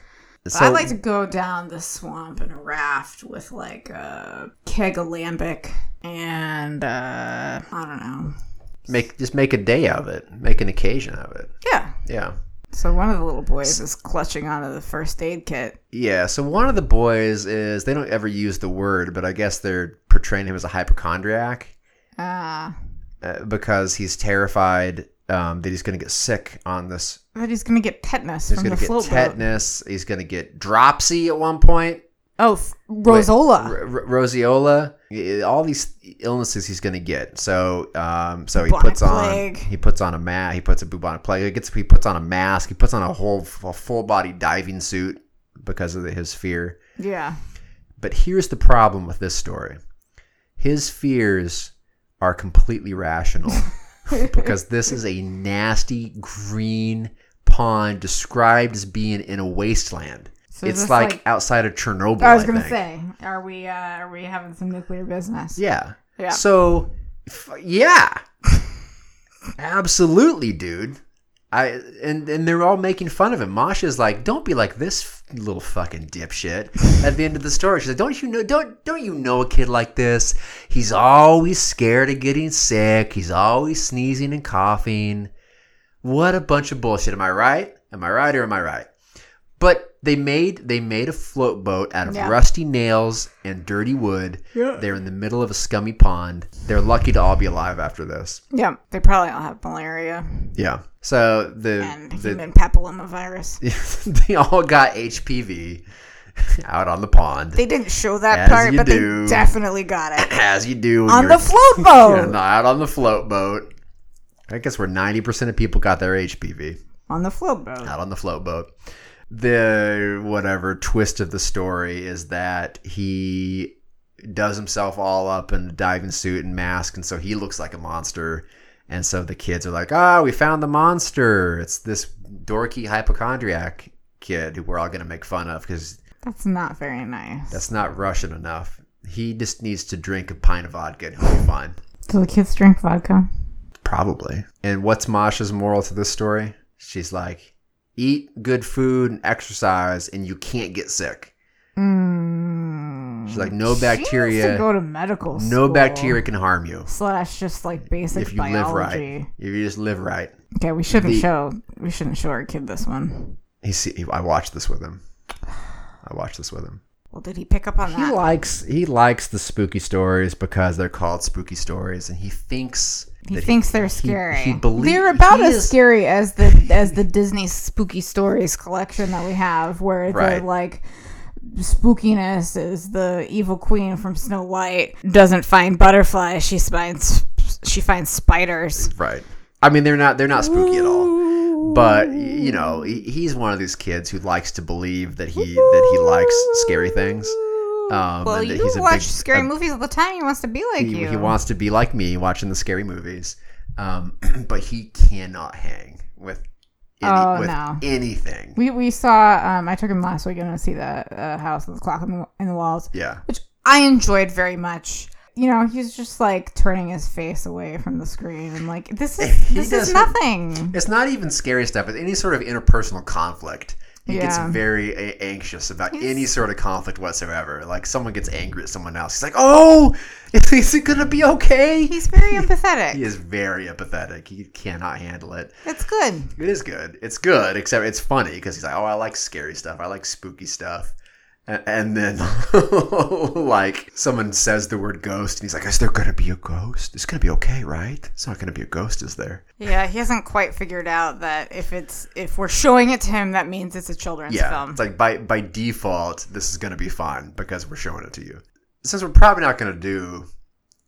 S3: I
S1: So
S3: like to go down the swamp in a raft with like a keg of lambic and uh, I don't know.
S1: make just make a day of it, make an occasion of it.
S3: Yeah.
S1: Yeah.
S3: So one of the little boys is clutching onto the first aid kit.
S1: Yeah, so one of the boys is they don't ever use the word, but I guess they're portraying him as a hypochondriac.
S3: Uh,
S1: uh, because he's terrified um, that he's going to get sick on this.
S3: that he's gonna get tetanus
S1: He's
S3: from
S1: going
S3: the
S1: to get
S3: float boat.
S1: tetanus. He's going to get dropsy at one point.
S3: Oh, f- Rosola.
S1: R- r- roseola. I- All these illnesses he's going to get. So, um, so he
S3: Bubonic
S1: puts on
S3: plague.
S1: he puts on a mask. He puts a bubonic plague. He gets he puts on a mask. He puts on a whole a full body diving suit because of the, his fear.
S3: yeah.
S1: But here's the problem with this story his fears are completely rational because this is a nasty green pond described as being in a wasteland.
S3: So is
S1: it's
S3: this
S1: like,
S3: like-
S1: outside of Chernobyl.
S3: I was gonna
S1: think.
S3: say, are we uh, are we having some nuclear business?
S1: Yeah.
S3: Yeah.
S1: So, f- yeah. Absolutely, dude. I and and they're all making fun of him. Masha's like, "Don't be like this f- little fucking dipshit." At the end of the story, she's like, "Don't you know? Don't don't you know a kid like this? He's always scared of getting sick. He's always sneezing and coughing. What a bunch of bullshit. Am I right? Am I right or am I right?" But they made they made a float boat out of
S3: Yeah.
S1: rusty nails and dirty wood. They're in the middle of a scummy pond. They're lucky to all be alive after this.
S3: Yeah. They probably all have malaria
S1: Yeah. So the
S3: and
S1: the,
S3: human papillomavirus.
S1: they all got HPV out on the pond,
S3: They didn't show that
S1: As
S3: part,
S1: you
S3: but
S1: do.
S3: they definitely got it
S1: as you do when
S3: on
S1: you're
S2: The float
S1: yeah,
S2: boat.
S1: no, out on the float boat. I guess where ninety percent of people got their HPV
S3: on the float boat.
S1: out on the float boat. The whatever twist of the story is that he does himself all up in a diving suit and mask, and so he looks like a monster. And so the kids are like, "Ah, we found the monster! It's this dorky hypochondriac kid who we're all gonna make fun of because
S3: That's not very nice.
S1: that's not Russian enough. He just needs to drink a pint of vodka and he'll be fine."
S3: Do the kids drink vodka?
S1: Probably. And what's Masha's moral to this story? She's like, eat good food and exercise, and you can't get sick.
S3: Mm.
S1: She's like, no
S3: She needs to
S1: bacteria,
S3: go to medical
S1: no
S3: school.
S1: bacteria can harm you
S3: Slash, just like basic
S1: if you live
S3: biology.
S1: right. If you just live right.
S3: Okay, we shouldn't
S1: The-
S3: show we shouldn't show our kid this one.
S1: He, see, he- I watched this with him. I watched this with him.
S3: Well, did he pick up on
S1: He
S3: that?
S1: likes he likes the spooky stories because they're called spooky stories, and he thinks
S3: He
S1: that
S3: thinks they're
S1: he-
S3: scary.
S1: He, believes
S3: They're about
S1: he
S3: as
S1: is-
S3: scary as the as the Disney spooky stories collection that we have, where
S1: Right.
S3: the like spookiness is the evil queen from Snow White doesn't find butterflies, she finds she finds spiders.
S1: Right. I mean, they're not they're not spooky at all. But y- you know, he, he's one of these kids who likes to believe that he that he likes scary things. Um,
S3: well,
S1: and that
S3: you
S1: he's a
S3: watch
S1: big-
S3: scary
S1: a-
S3: movies all the time. He wants to be like
S1: He,
S3: you.
S1: he wants to be like me, watching the scary movies. Um, but he cannot hang with any,
S3: Oh,
S1: with
S3: no.
S1: anything.
S3: we we saw. Um, I took him last week. to see the uh, house with the clock in the, in the walls.
S1: yeah.
S3: which I enjoyed very much. You know, he's just like turning his face away from the screen and like this is
S1: He
S3: this is
S1: doesn't-
S3: nothing.
S1: It's not even scary stuff. It's any sort of interpersonal conflict. He
S3: Yeah.
S1: gets very a- anxious about any sort of conflict whatsoever. Like someone gets angry at someone else. He's like, "Oh, is it gonna be okay?"
S3: He's very empathetic.
S1: He is very empathetic. He cannot handle it.
S3: It's good.
S1: It is good. It's good, except it's funny because he's like, "Oh, I like scary stuff. I like spooky stuff." A- And then, like, someone says the word ghost, and he's like, Is there going to be a ghost? It's going to be okay, right? It's not going to be a ghost, is there?
S3: Yeah, he hasn't quite figured out that if it's if we're showing it to him, that means it's a children's
S1: yeah,
S3: film.
S1: It's like by by default, this is going to be fun because we're showing it to you. Since we're probably not going to do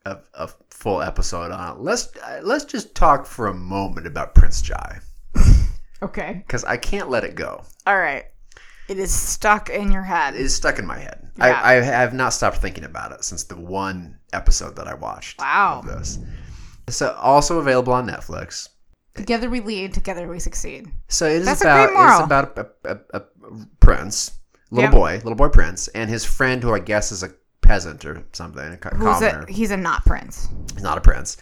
S1: a, a full episode on it, let's uh, let's just talk for a moment about Prince Jai
S3: okay,
S1: because I can't let it go.
S3: all right. It is stuck in your
S1: It
S3: head.
S1: is stuck in my head.
S3: Yeah.
S1: I, I have not stopped thinking about it since the one episode that I watched.
S3: Wow.
S1: Of this. So also available on Netflix.
S3: Together we lead. Together we succeed.
S1: So it is
S3: That's a
S1: about
S3: great moral.
S1: it's about a, a, a, a prince, little
S3: Yeah.
S1: boy, little boy prince, and his friend who I guess is a peasant or something, a co-
S3: Who's
S1: commoner.
S3: a, he's a not prince.
S1: He's not a prince.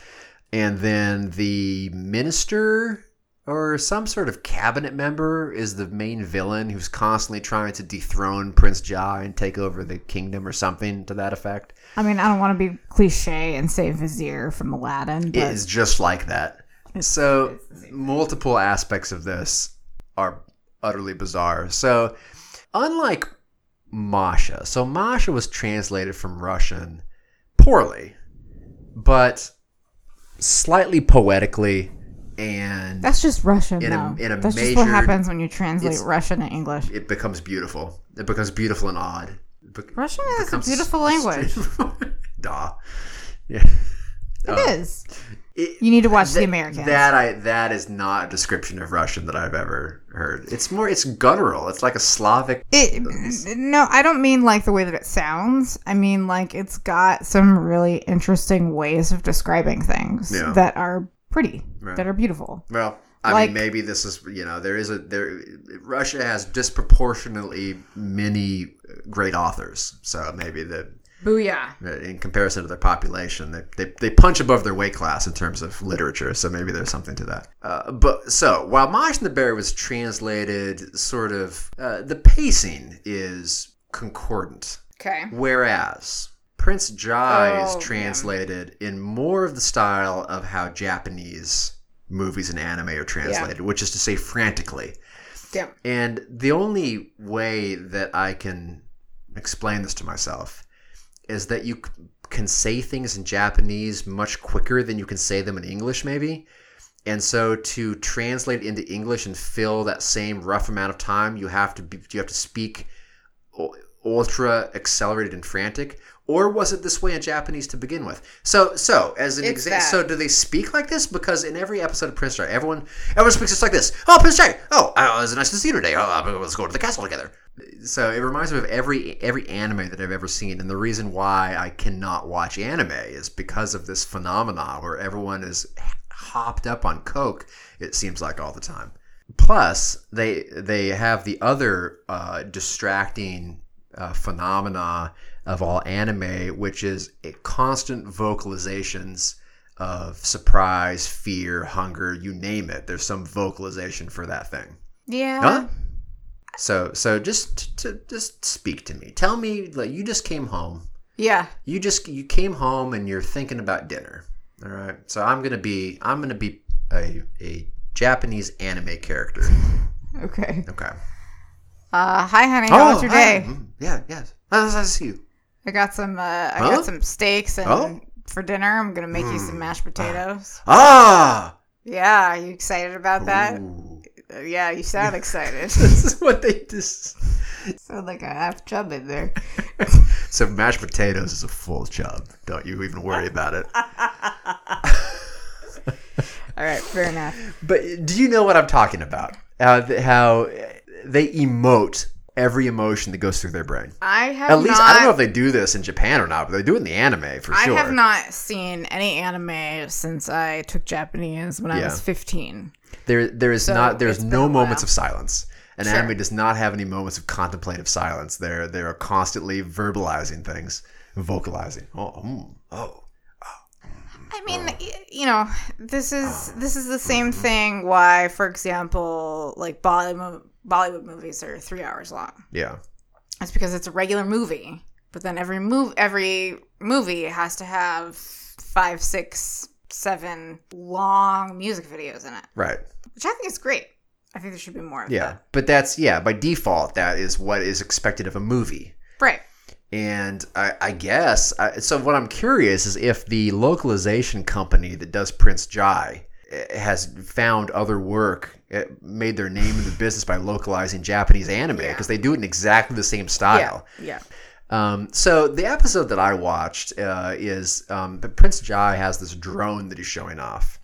S1: And then the minister or some sort of cabinet member is the main villain who's constantly trying to dethrone Prince Jai and take over the kingdom or something to that effect.
S3: I mean, I don't want to be cliche and say vizier from Aladdin,
S1: It
S3: but
S1: is just like that. So multiple aspects of this are utterly bizarre. So unlike Masha, so Masha was translated from Russian poorly, but slightly poetically and
S3: That's just Russian,
S1: In a-
S3: though.
S1: in a
S3: That's just what
S1: measured-
S3: happens when you translate
S1: it's-
S3: Russian to English.
S1: it becomes beautiful. It becomes beautiful and odd. It bec-
S3: Russian is a
S1: becomes
S3: beautiful language.
S1: Duh. Yeah.
S3: It is.
S1: It-
S3: You need to watch The
S1: Oh. Th-
S3: Americans.
S1: That I that is not a description of Russian that I've ever heard. It's more it's guttural. It's like a Slavic.
S3: It, no, I don't mean like the way that it sounds. I mean like it's got some really interesting ways of describing things
S1: Yeah.
S3: that are pretty,
S1: Right.
S3: that are beautiful.
S1: Well, I
S3: Like-
S1: mean maybe this is you know there is a there Russia has disproportionately many great authors. So maybe the
S3: Booyah.
S1: in comparison to their population, they, they, they punch above their weight class in terms of literature, so maybe there's something to that. Uh, but so, while Mosh and the Bear was translated, sort of, uh, the pacing is concordant.
S4: Okay.
S1: Whereas Prince Jai
S4: Oh,
S1: is translated in more of the style of how Japanese movies and anime are translated, which is to say, frantically.
S4: Yeah.
S1: And the only way that I can explain this to myself is that you c- can say things in Japanese much quicker than you can say them in English, maybe. And so, to translate into English and fill that same rough amount of time, you have to be, you have to speak u- ultra accelerated and frantic, or was it this way in Japanese to begin with? So, so as an
S3: It's
S1: example,
S3: that.
S1: so do they speak like this? Because in every episode of Prince Dragon, everyone everyone speaks just like this. Oh, Prince Dragon! Oh, uh, it was nice to see you today. Oh, uh, let's go to the castle together. So it reminds me of every every anime that I've ever seen, and the reason why I cannot watch anime is because of this phenomena where everyone is hopped up on coke. It seems like all the time. Plus, they they have the other uh, distracting uh, phenomena of all anime, which is a constant vocalizations of surprise, fear, hunger, you name it. There's some vocalization for that thing.
S3: Yeah.
S1: Huh? So so just to just speak to me. Tell me like you just came home.
S3: Yeah.
S1: You just you came home and you're thinking about dinner. All right. So I'm going to be I'm going to be a a Japanese anime character.
S2: Okay.
S1: Okay.
S3: Uh, hi, honey. How was your
S1: hi.
S3: day?
S1: Mm, Yeah, yes. Nice to see you.
S3: I got some. Uh, I
S1: Huh?
S3: got some steaks and
S1: Oh.
S3: for dinner. I'm gonna make you
S1: Hmm.
S3: some mashed potatoes.
S1: Ah!
S3: Yeah. Are you excited about that?
S1: Ooh.
S3: Uh, Yeah. You sound excited.
S1: this is what they just.
S3: sound like a half chub in there.
S1: So mashed potatoes is a full chub. Don't you even worry about it.
S3: All right. Fair enough.
S1: But do you know what I'm talking about? How th- how they emote every emotion that goes through their brain.
S3: I have
S1: At least
S3: not.
S1: I don't know if they do this in Japan or not, but they do it in the anime for
S3: I
S1: sure.
S3: have not seen any anime since I took Japanese when I
S1: Yeah.
S3: was 15.
S1: There there is not there's
S3: it's
S1: no
S3: been a
S1: moments
S3: while.
S1: of silence. An
S3: Sure.
S1: anime does not have any moments of contemplative silence. They're they are constantly verbalizing things, vocalizing. Oh, mm, oh,
S3: I mean, y- you know, this is this is the same thing why, for example, like Bollywood Bollywood movies are 3 hours long.
S1: yeah,
S3: It's because it's a regular movie, but then every move every movie has to have five, six, seven long music videos in it,
S1: right.
S3: which I think is great. I think there should be more of
S1: Yeah,
S3: that.
S1: but that's yeah by default that is what is expected of a movie,
S3: Right.
S1: and I, I guess I, so. What I'm curious is if the localization company that does Prince Jai eh, has found other work, eh, made their name in the business by localizing Japanese anime
S3: Yeah.
S1: because they do it in exactly the same style.
S3: Yeah.
S1: Um, so the episode that I watched uh, is um, but Prince Jai has this drone that he's showing off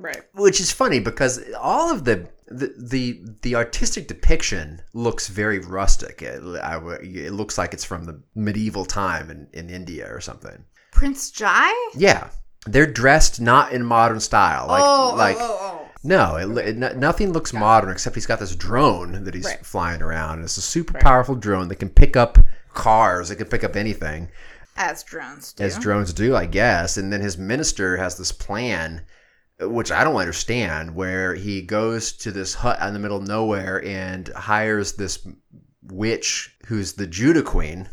S3: Right.
S1: which is funny because all of the the the, the artistic depiction looks very rustic. It, I w- it looks like it's from the medieval time in, in India or something.
S3: Prince Jai?
S1: Yeah, they're dressed not in modern style. Like
S3: oh,
S1: like
S3: oh, oh, oh.
S1: no, it, it, no- nothing looks modern except he's got this drone that he's
S3: Right.
S1: flying around. And it's a super
S3: Right.
S1: powerful drone that can pick up cars. It can pick up anything
S3: As drones do.
S1: as drones do, I guess. And then his minister has this plan, which I don't understand, where he goes to this hut in the middle of nowhere and hires this witch who's the Judah Queen,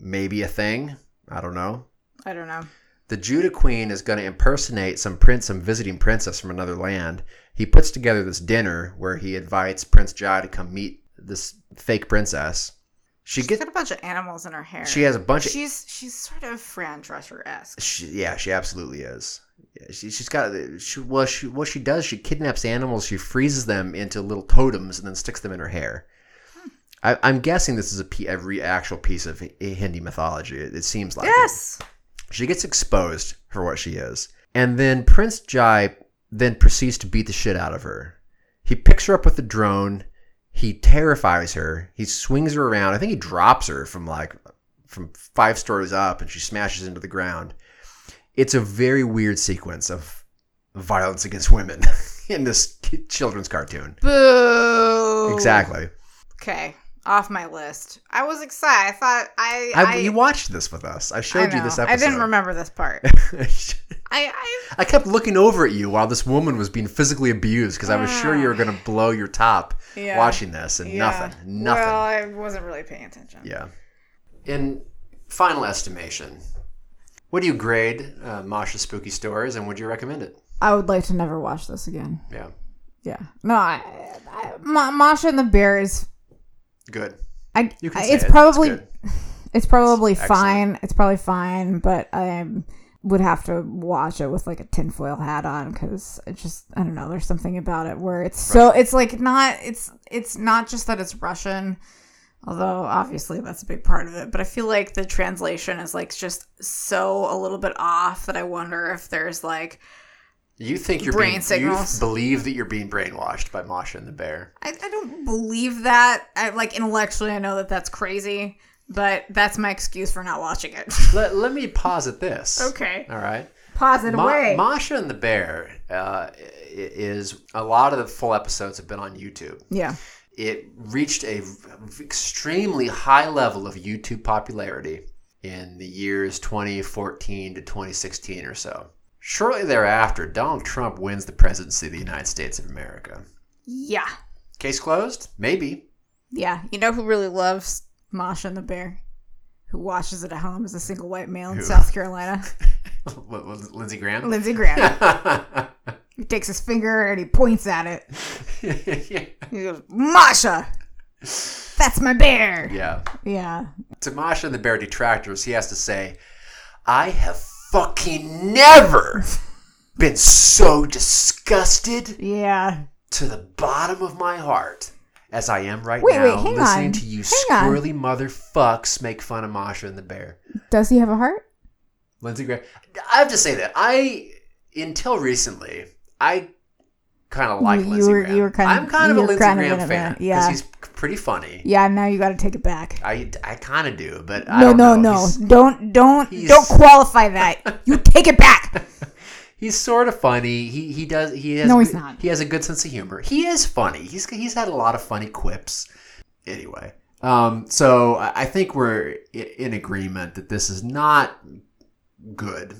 S1: maybe a thing. I don't know.
S3: I don't know.
S1: The Judah Queen is going to impersonate some prince, some visiting princess from another land. He puts together this dinner where he invites Prince Jai to come meet this fake princess. She
S3: She's
S1: gets.
S3: got a bunch of animals in her hair.
S1: She has a bunch of
S3: she's she's sort of Fran Drescher esque.
S1: She, yeah, she absolutely is. Yeah, She, she's got she well she what she does she kidnaps animals she freezes them into little totems and then sticks them in her hair. I, I'm guessing this is a, pe- a re- actual piece of Hi- Hindi mythology. It, it seems like it.
S3: Yes.
S1: She gets exposed for what she is, and then Prince Jai then proceeds to beat the shit out of her. He picks her up with the drone. He terrifies her. He swings her around. I think he drops her from like from five stories up, and she smashes into the ground. It's a very weird sequence of violence against women in this ki- children's cartoon.
S3: Boo.
S1: Exactly.
S3: Okay. Off my list. I was excited. I thought I
S1: I,
S3: I,
S1: you watched this with us. I
S3: I
S1: showed you
S3: know.
S1: this
S3: I
S1: episode.
S3: didn't remember this part. I, I
S1: I kept looking over at you while this woman was being physically abused because I was sure you were going to blow your top
S3: Ah. Yeah.
S1: watching this, and
S3: yeah.
S1: nothing, nothing.
S3: Well, I wasn't really paying attention.
S1: yeah. In final estimation, what do you grade uh, Masha's Spooky Stories, and would you recommend it?
S2: I would like to never watch this again.
S1: Yeah,
S2: Yeah. No, I, I Ma- Masha and the Bear is
S1: good.
S2: I,
S1: You can.
S3: Uh,
S2: I-
S1: say
S2: it's
S1: it.
S2: probably
S1: good.
S2: it's probably
S1: excellent.
S2: fine. It's probably fine, but I would have to watch it with like a tinfoil hat on because it just I don't know. There's something about it where it's so it's like not it's it's not just that it's Russian.
S3: Although obviously that's a big part of it, but I feel like the translation is like just so a little bit off that I wonder if there's like
S1: You think you're
S3: Brain
S1: being,
S3: signals.
S1: you believe that you're being brainwashed by Masha and the bear.
S3: I, I don't believe that. I like intellectually I know that that's crazy, but that's my excuse for not watching it.
S1: Let, let me posit this.
S3: okay.
S1: All right.
S2: Pause it
S1: Ma-
S2: away.
S1: Masha and the Bear uh, i- is a lot of the full episodes have been on YouTube.
S2: yeah.
S1: It reached a extremely high level of YouTube popularity in the years 2014 to 2016 or so. Shortly thereafter, Donald Trump wins the presidency of the United States of America.
S3: Yeah.
S1: Case closed? Maybe.
S3: Yeah. You know who really loves Masha and the Bear? Who watches it at home as a single white male in
S1: Who?
S3: South Carolina?
S1: Lindsey Graham?
S3: Lindsey Graham.
S1: yeah.
S3: he takes his finger and he points at it. He goes, Masha! That's my bear!
S1: yeah.
S2: Yeah.
S1: to Masha and the Bear detractors, he has to say, I have fucking never been so disgusted
S2: Yeah.
S1: to the bottom of my heart as I am right
S2: Wait,
S1: now
S2: wait, hang
S1: listening
S2: on.
S1: to you
S2: Hang on.
S1: squirrely motherfucks make fun of Masha and the Bear.
S2: Does he have a heart?
S1: Lindsey Graham. I have to say that I, until recently, I kind of like
S2: You- you
S1: Lindsey
S2: were-
S1: Graham.
S2: you were kind of-
S1: I'm kind of
S2: you
S1: a
S2: were
S1: Lindsey
S2: kind of
S1: Graham
S2: in a
S1: fan
S2: bit, yeah.
S1: he's pretty funny.
S2: Yeah. Now you got to take it back.
S1: I, I kind of do, but I
S2: No,
S1: don't
S2: no,
S1: know.
S2: no.
S1: He's-
S2: Don't, don't,
S1: he's-
S2: don't qualify that. you take it back.
S1: He's sort of funny. He he does he has
S2: No, he's not.
S1: He has a good sense of humor. He is funny. He's he's had a lot of funny quips. Anyway, um, so I I think we're i- in agreement that this is not good.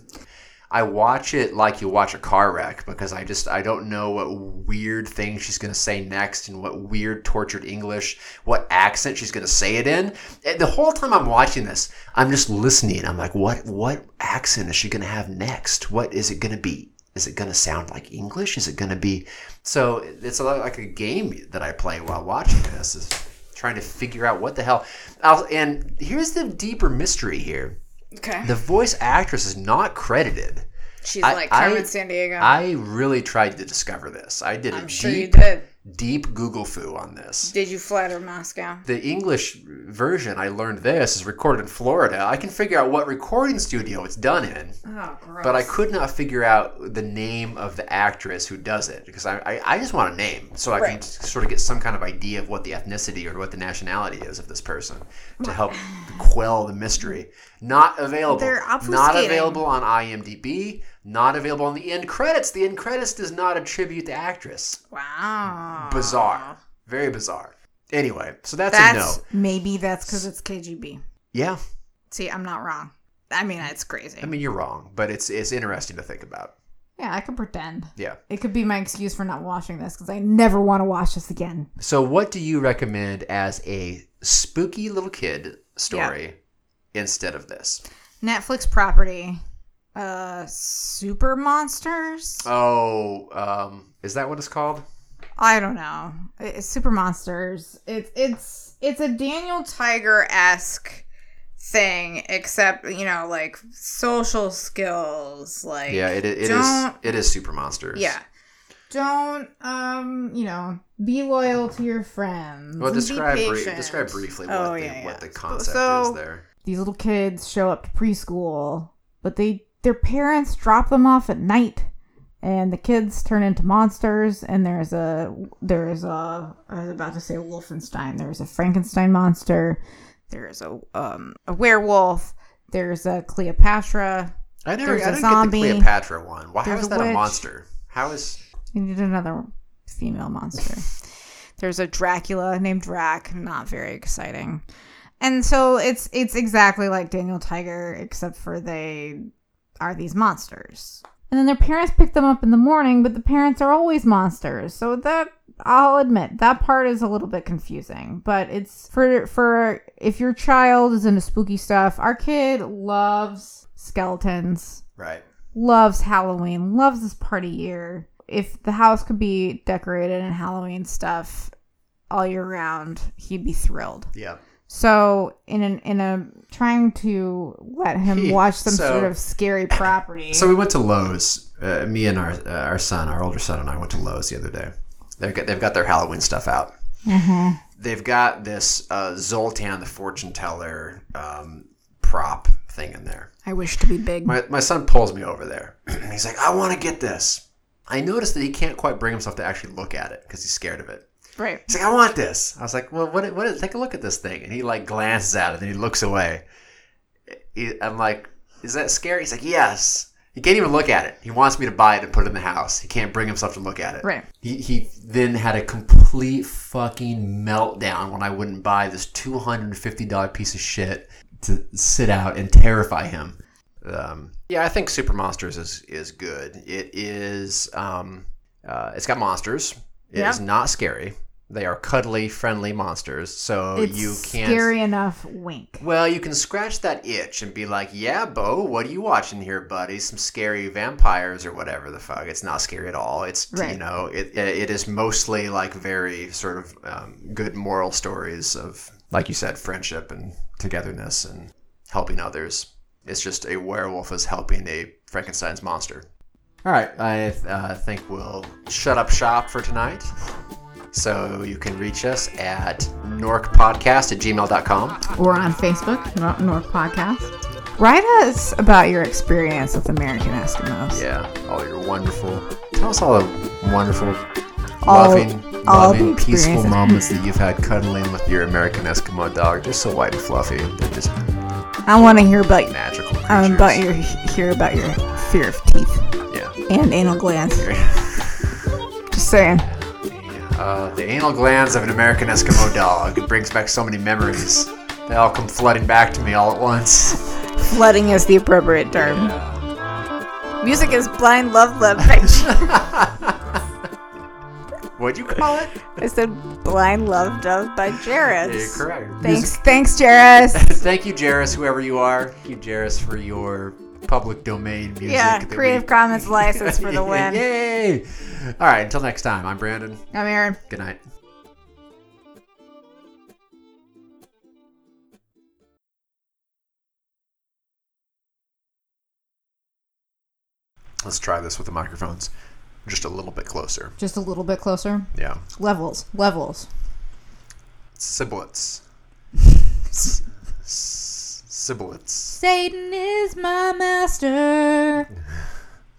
S1: I watch it like you watch a car wreck because I just I don't know what weird thing she's going to say next and what weird tortured English, what accent she's going to say it in. And the whole time I'm watching this, I'm just listening. I'm like, what what accent is she going to have next? What is it going to be? Is it going to sound like English? Is it going to be so? It's a lot like a game that I play while watching this, is trying to figure out what the hell. I'll, and here's the deeper mystery here:
S3: Okay.
S1: the voice actress is not credited.
S3: She's
S1: I-
S3: like
S1: I-
S3: Carmen San Diego.
S1: I really tried to discover this. I did a
S3: I'm
S1: deep,
S3: sure you did.
S1: deep Google foo on this.
S3: Did you flatter Moscow?
S1: The English version, I learned this, is recorded in Florida. I can figure out what recording studio it's done in,
S3: Oh, gross.
S1: but I could not figure out the name of the actress who does it because I, I, I just want a name so I can
S3: Right.
S1: sort of get some kind of idea of what the ethnicity or what the nationality is of this person to help quell the mystery. Not available.
S3: They're
S1: Not
S3: obfuscating.
S1: available on IMDb. Not available on the end credits. The end credits does not attribute the actress.
S3: Wow.
S1: Bizarre. Very bizarre. Anyway, so that's,
S3: That's
S1: a no.
S3: maybe that's because it's KGB.
S1: Yeah,
S3: See, I'm not wrong. I mean, it's crazy.
S1: I mean you're wrong, but it's it's interesting to think about.
S2: Yeah, I could pretend.
S1: Yeah.
S2: It could be my excuse for not watching this because I never want to watch this again.
S1: So, what do you recommend as a spooky little kid story instead of this?
S3: Netflix property. Uh, Super Monsters.
S2: Uh,
S1: Oh, um, is that what it's called?
S3: I don't know. It's Super Monsters. It's it's it's a Daniel Tiger esque thing, except you know, like social skills. Like
S1: Yeah, it, it is.
S3: don't-
S1: It is Super Monsters.
S3: Yeah. Don't um, you know, be loyal to your friends.
S1: Well,
S3: and be
S1: describe brie-
S3: patient.
S1: describe briefly what,
S3: Oh,
S1: the,
S3: yeah, yeah.
S1: what the concept
S3: So-
S1: is there.
S2: These little kids show up to preschool, but they their parents drop them off at night, and the kids turn into monsters. And there's a there's a I was about to say Wolfenstein. There's a Frankenstein monster. There's a um
S3: a werewolf.
S2: there's a Cleopatra.
S1: I never.
S2: There's
S1: I
S2: a
S1: didn't
S2: zombie.
S1: get the Cleopatra one. Why how
S2: There's
S1: is
S2: a
S1: that a
S2: witch.
S1: monster? How is?
S2: You need another female monster.
S3: There's a Dracula named Drac. Not very exciting. And so it's it's exactly like Daniel Tiger, except for they are these monsters.
S2: And then their parents pick them up in the morning, but the parents are always monsters. So that I'll admit that part is a little bit confusing, but it's for for if your child is into spooky stuff. Our kid loves skeletons,
S1: Right.
S2: loves Halloween, loves this party year. If the house could be decorated in Halloween stuff all year round, he'd be thrilled.
S1: Yeah.
S2: So in an in a trying to let him
S1: He-
S2: watch some
S1: so-
S2: sort of scary property.
S1: So we went to Lowe's. Uh, me and our uh, our son, our older son, and I went to Lowe's the other day. They've got they've got their Halloween stuff out. they've got this uh, Zoltan the fortune teller um, prop thing in there.
S5: I wish to be big.
S1: My, my son pulls me over there. he's like, I want to get this. I noticed that he can't quite bring himself to actually look at it because he's scared of it.
S5: right.
S1: He's like, I want this. I was like, Well, what? What? Take a look at this thing. And he like glances at it and he looks away. He, I'm like, Is that scary? He's like, Yes. He can't even look at it. He wants me to buy it and put it in the house. He can't bring himself to look at it.
S5: Right.
S1: He, he then had a complete fucking meltdown when I wouldn't buy this two hundred and fifty dollar piece of shit to sit out and terrify him. Um, yeah, I think Super Monsters is is good. It is. Um, uh, it's got monsters. It is
S5: Yeah.
S1: not scary. They are cuddly, friendly monsters. So
S3: it's
S1: Oh, you can't.
S3: scary enough. Wink.
S1: Well, you can scratch that itch and be like, "Yeah, Bo, what are you watching here, buddy? Some scary vampires or whatever the fuck." It's not scary at all. It's you
S3: Right.
S1: know, it it is mostly like very sort of um, good moral stories of, like you said, friendship and togetherness and helping others. It's just a werewolf is helping a Frankenstein's monster. All right, I uh, think we'll shut up shop for tonight. So you can reach us at norkpodcast at gmail.com.
S3: Or on Facebook, Nor- North Podcast. Write us about your experience with American Eskimos.
S1: Yeah, all your wonderful. Tell us all the wonderful,
S3: All-
S1: loving,
S3: all
S1: loving,
S3: the
S1: peaceful
S3: experiences.
S1: moments that you've had cuddling with your American Eskimo dog. They're so white and fluffy. They're just
S3: I want to hear about
S1: magical creatures.
S3: um, about your hear about your fear of teeth
S1: yeah.
S3: and anal glands. Just saying.
S1: Uh, the anal glands of an American Eskimo dog. It brings back so many memories. They all come flooding back to me all at once.
S3: Flooding is the appropriate term. Music is blind love leverage.
S1: What'd you call it?
S3: I said blind love dove by Jared.
S1: You're correct.
S3: Thanks, thanks, Jared.
S1: Thank you, Jairus, whoever you are. Thank you, Jairus, for your public domain music.
S3: Yeah,
S1: that we-
S3: Creative Commons license for the win.
S1: Yay! All right, until next time, I'm Brandon.
S3: I'm Aaron.
S1: Good night. Let's try this with the microphones. Just a little bit closer.
S3: Just a little bit closer.
S1: Yeah.
S3: Levels, levels.
S1: Sibilance. S- Sibilance.
S3: Satan is my master.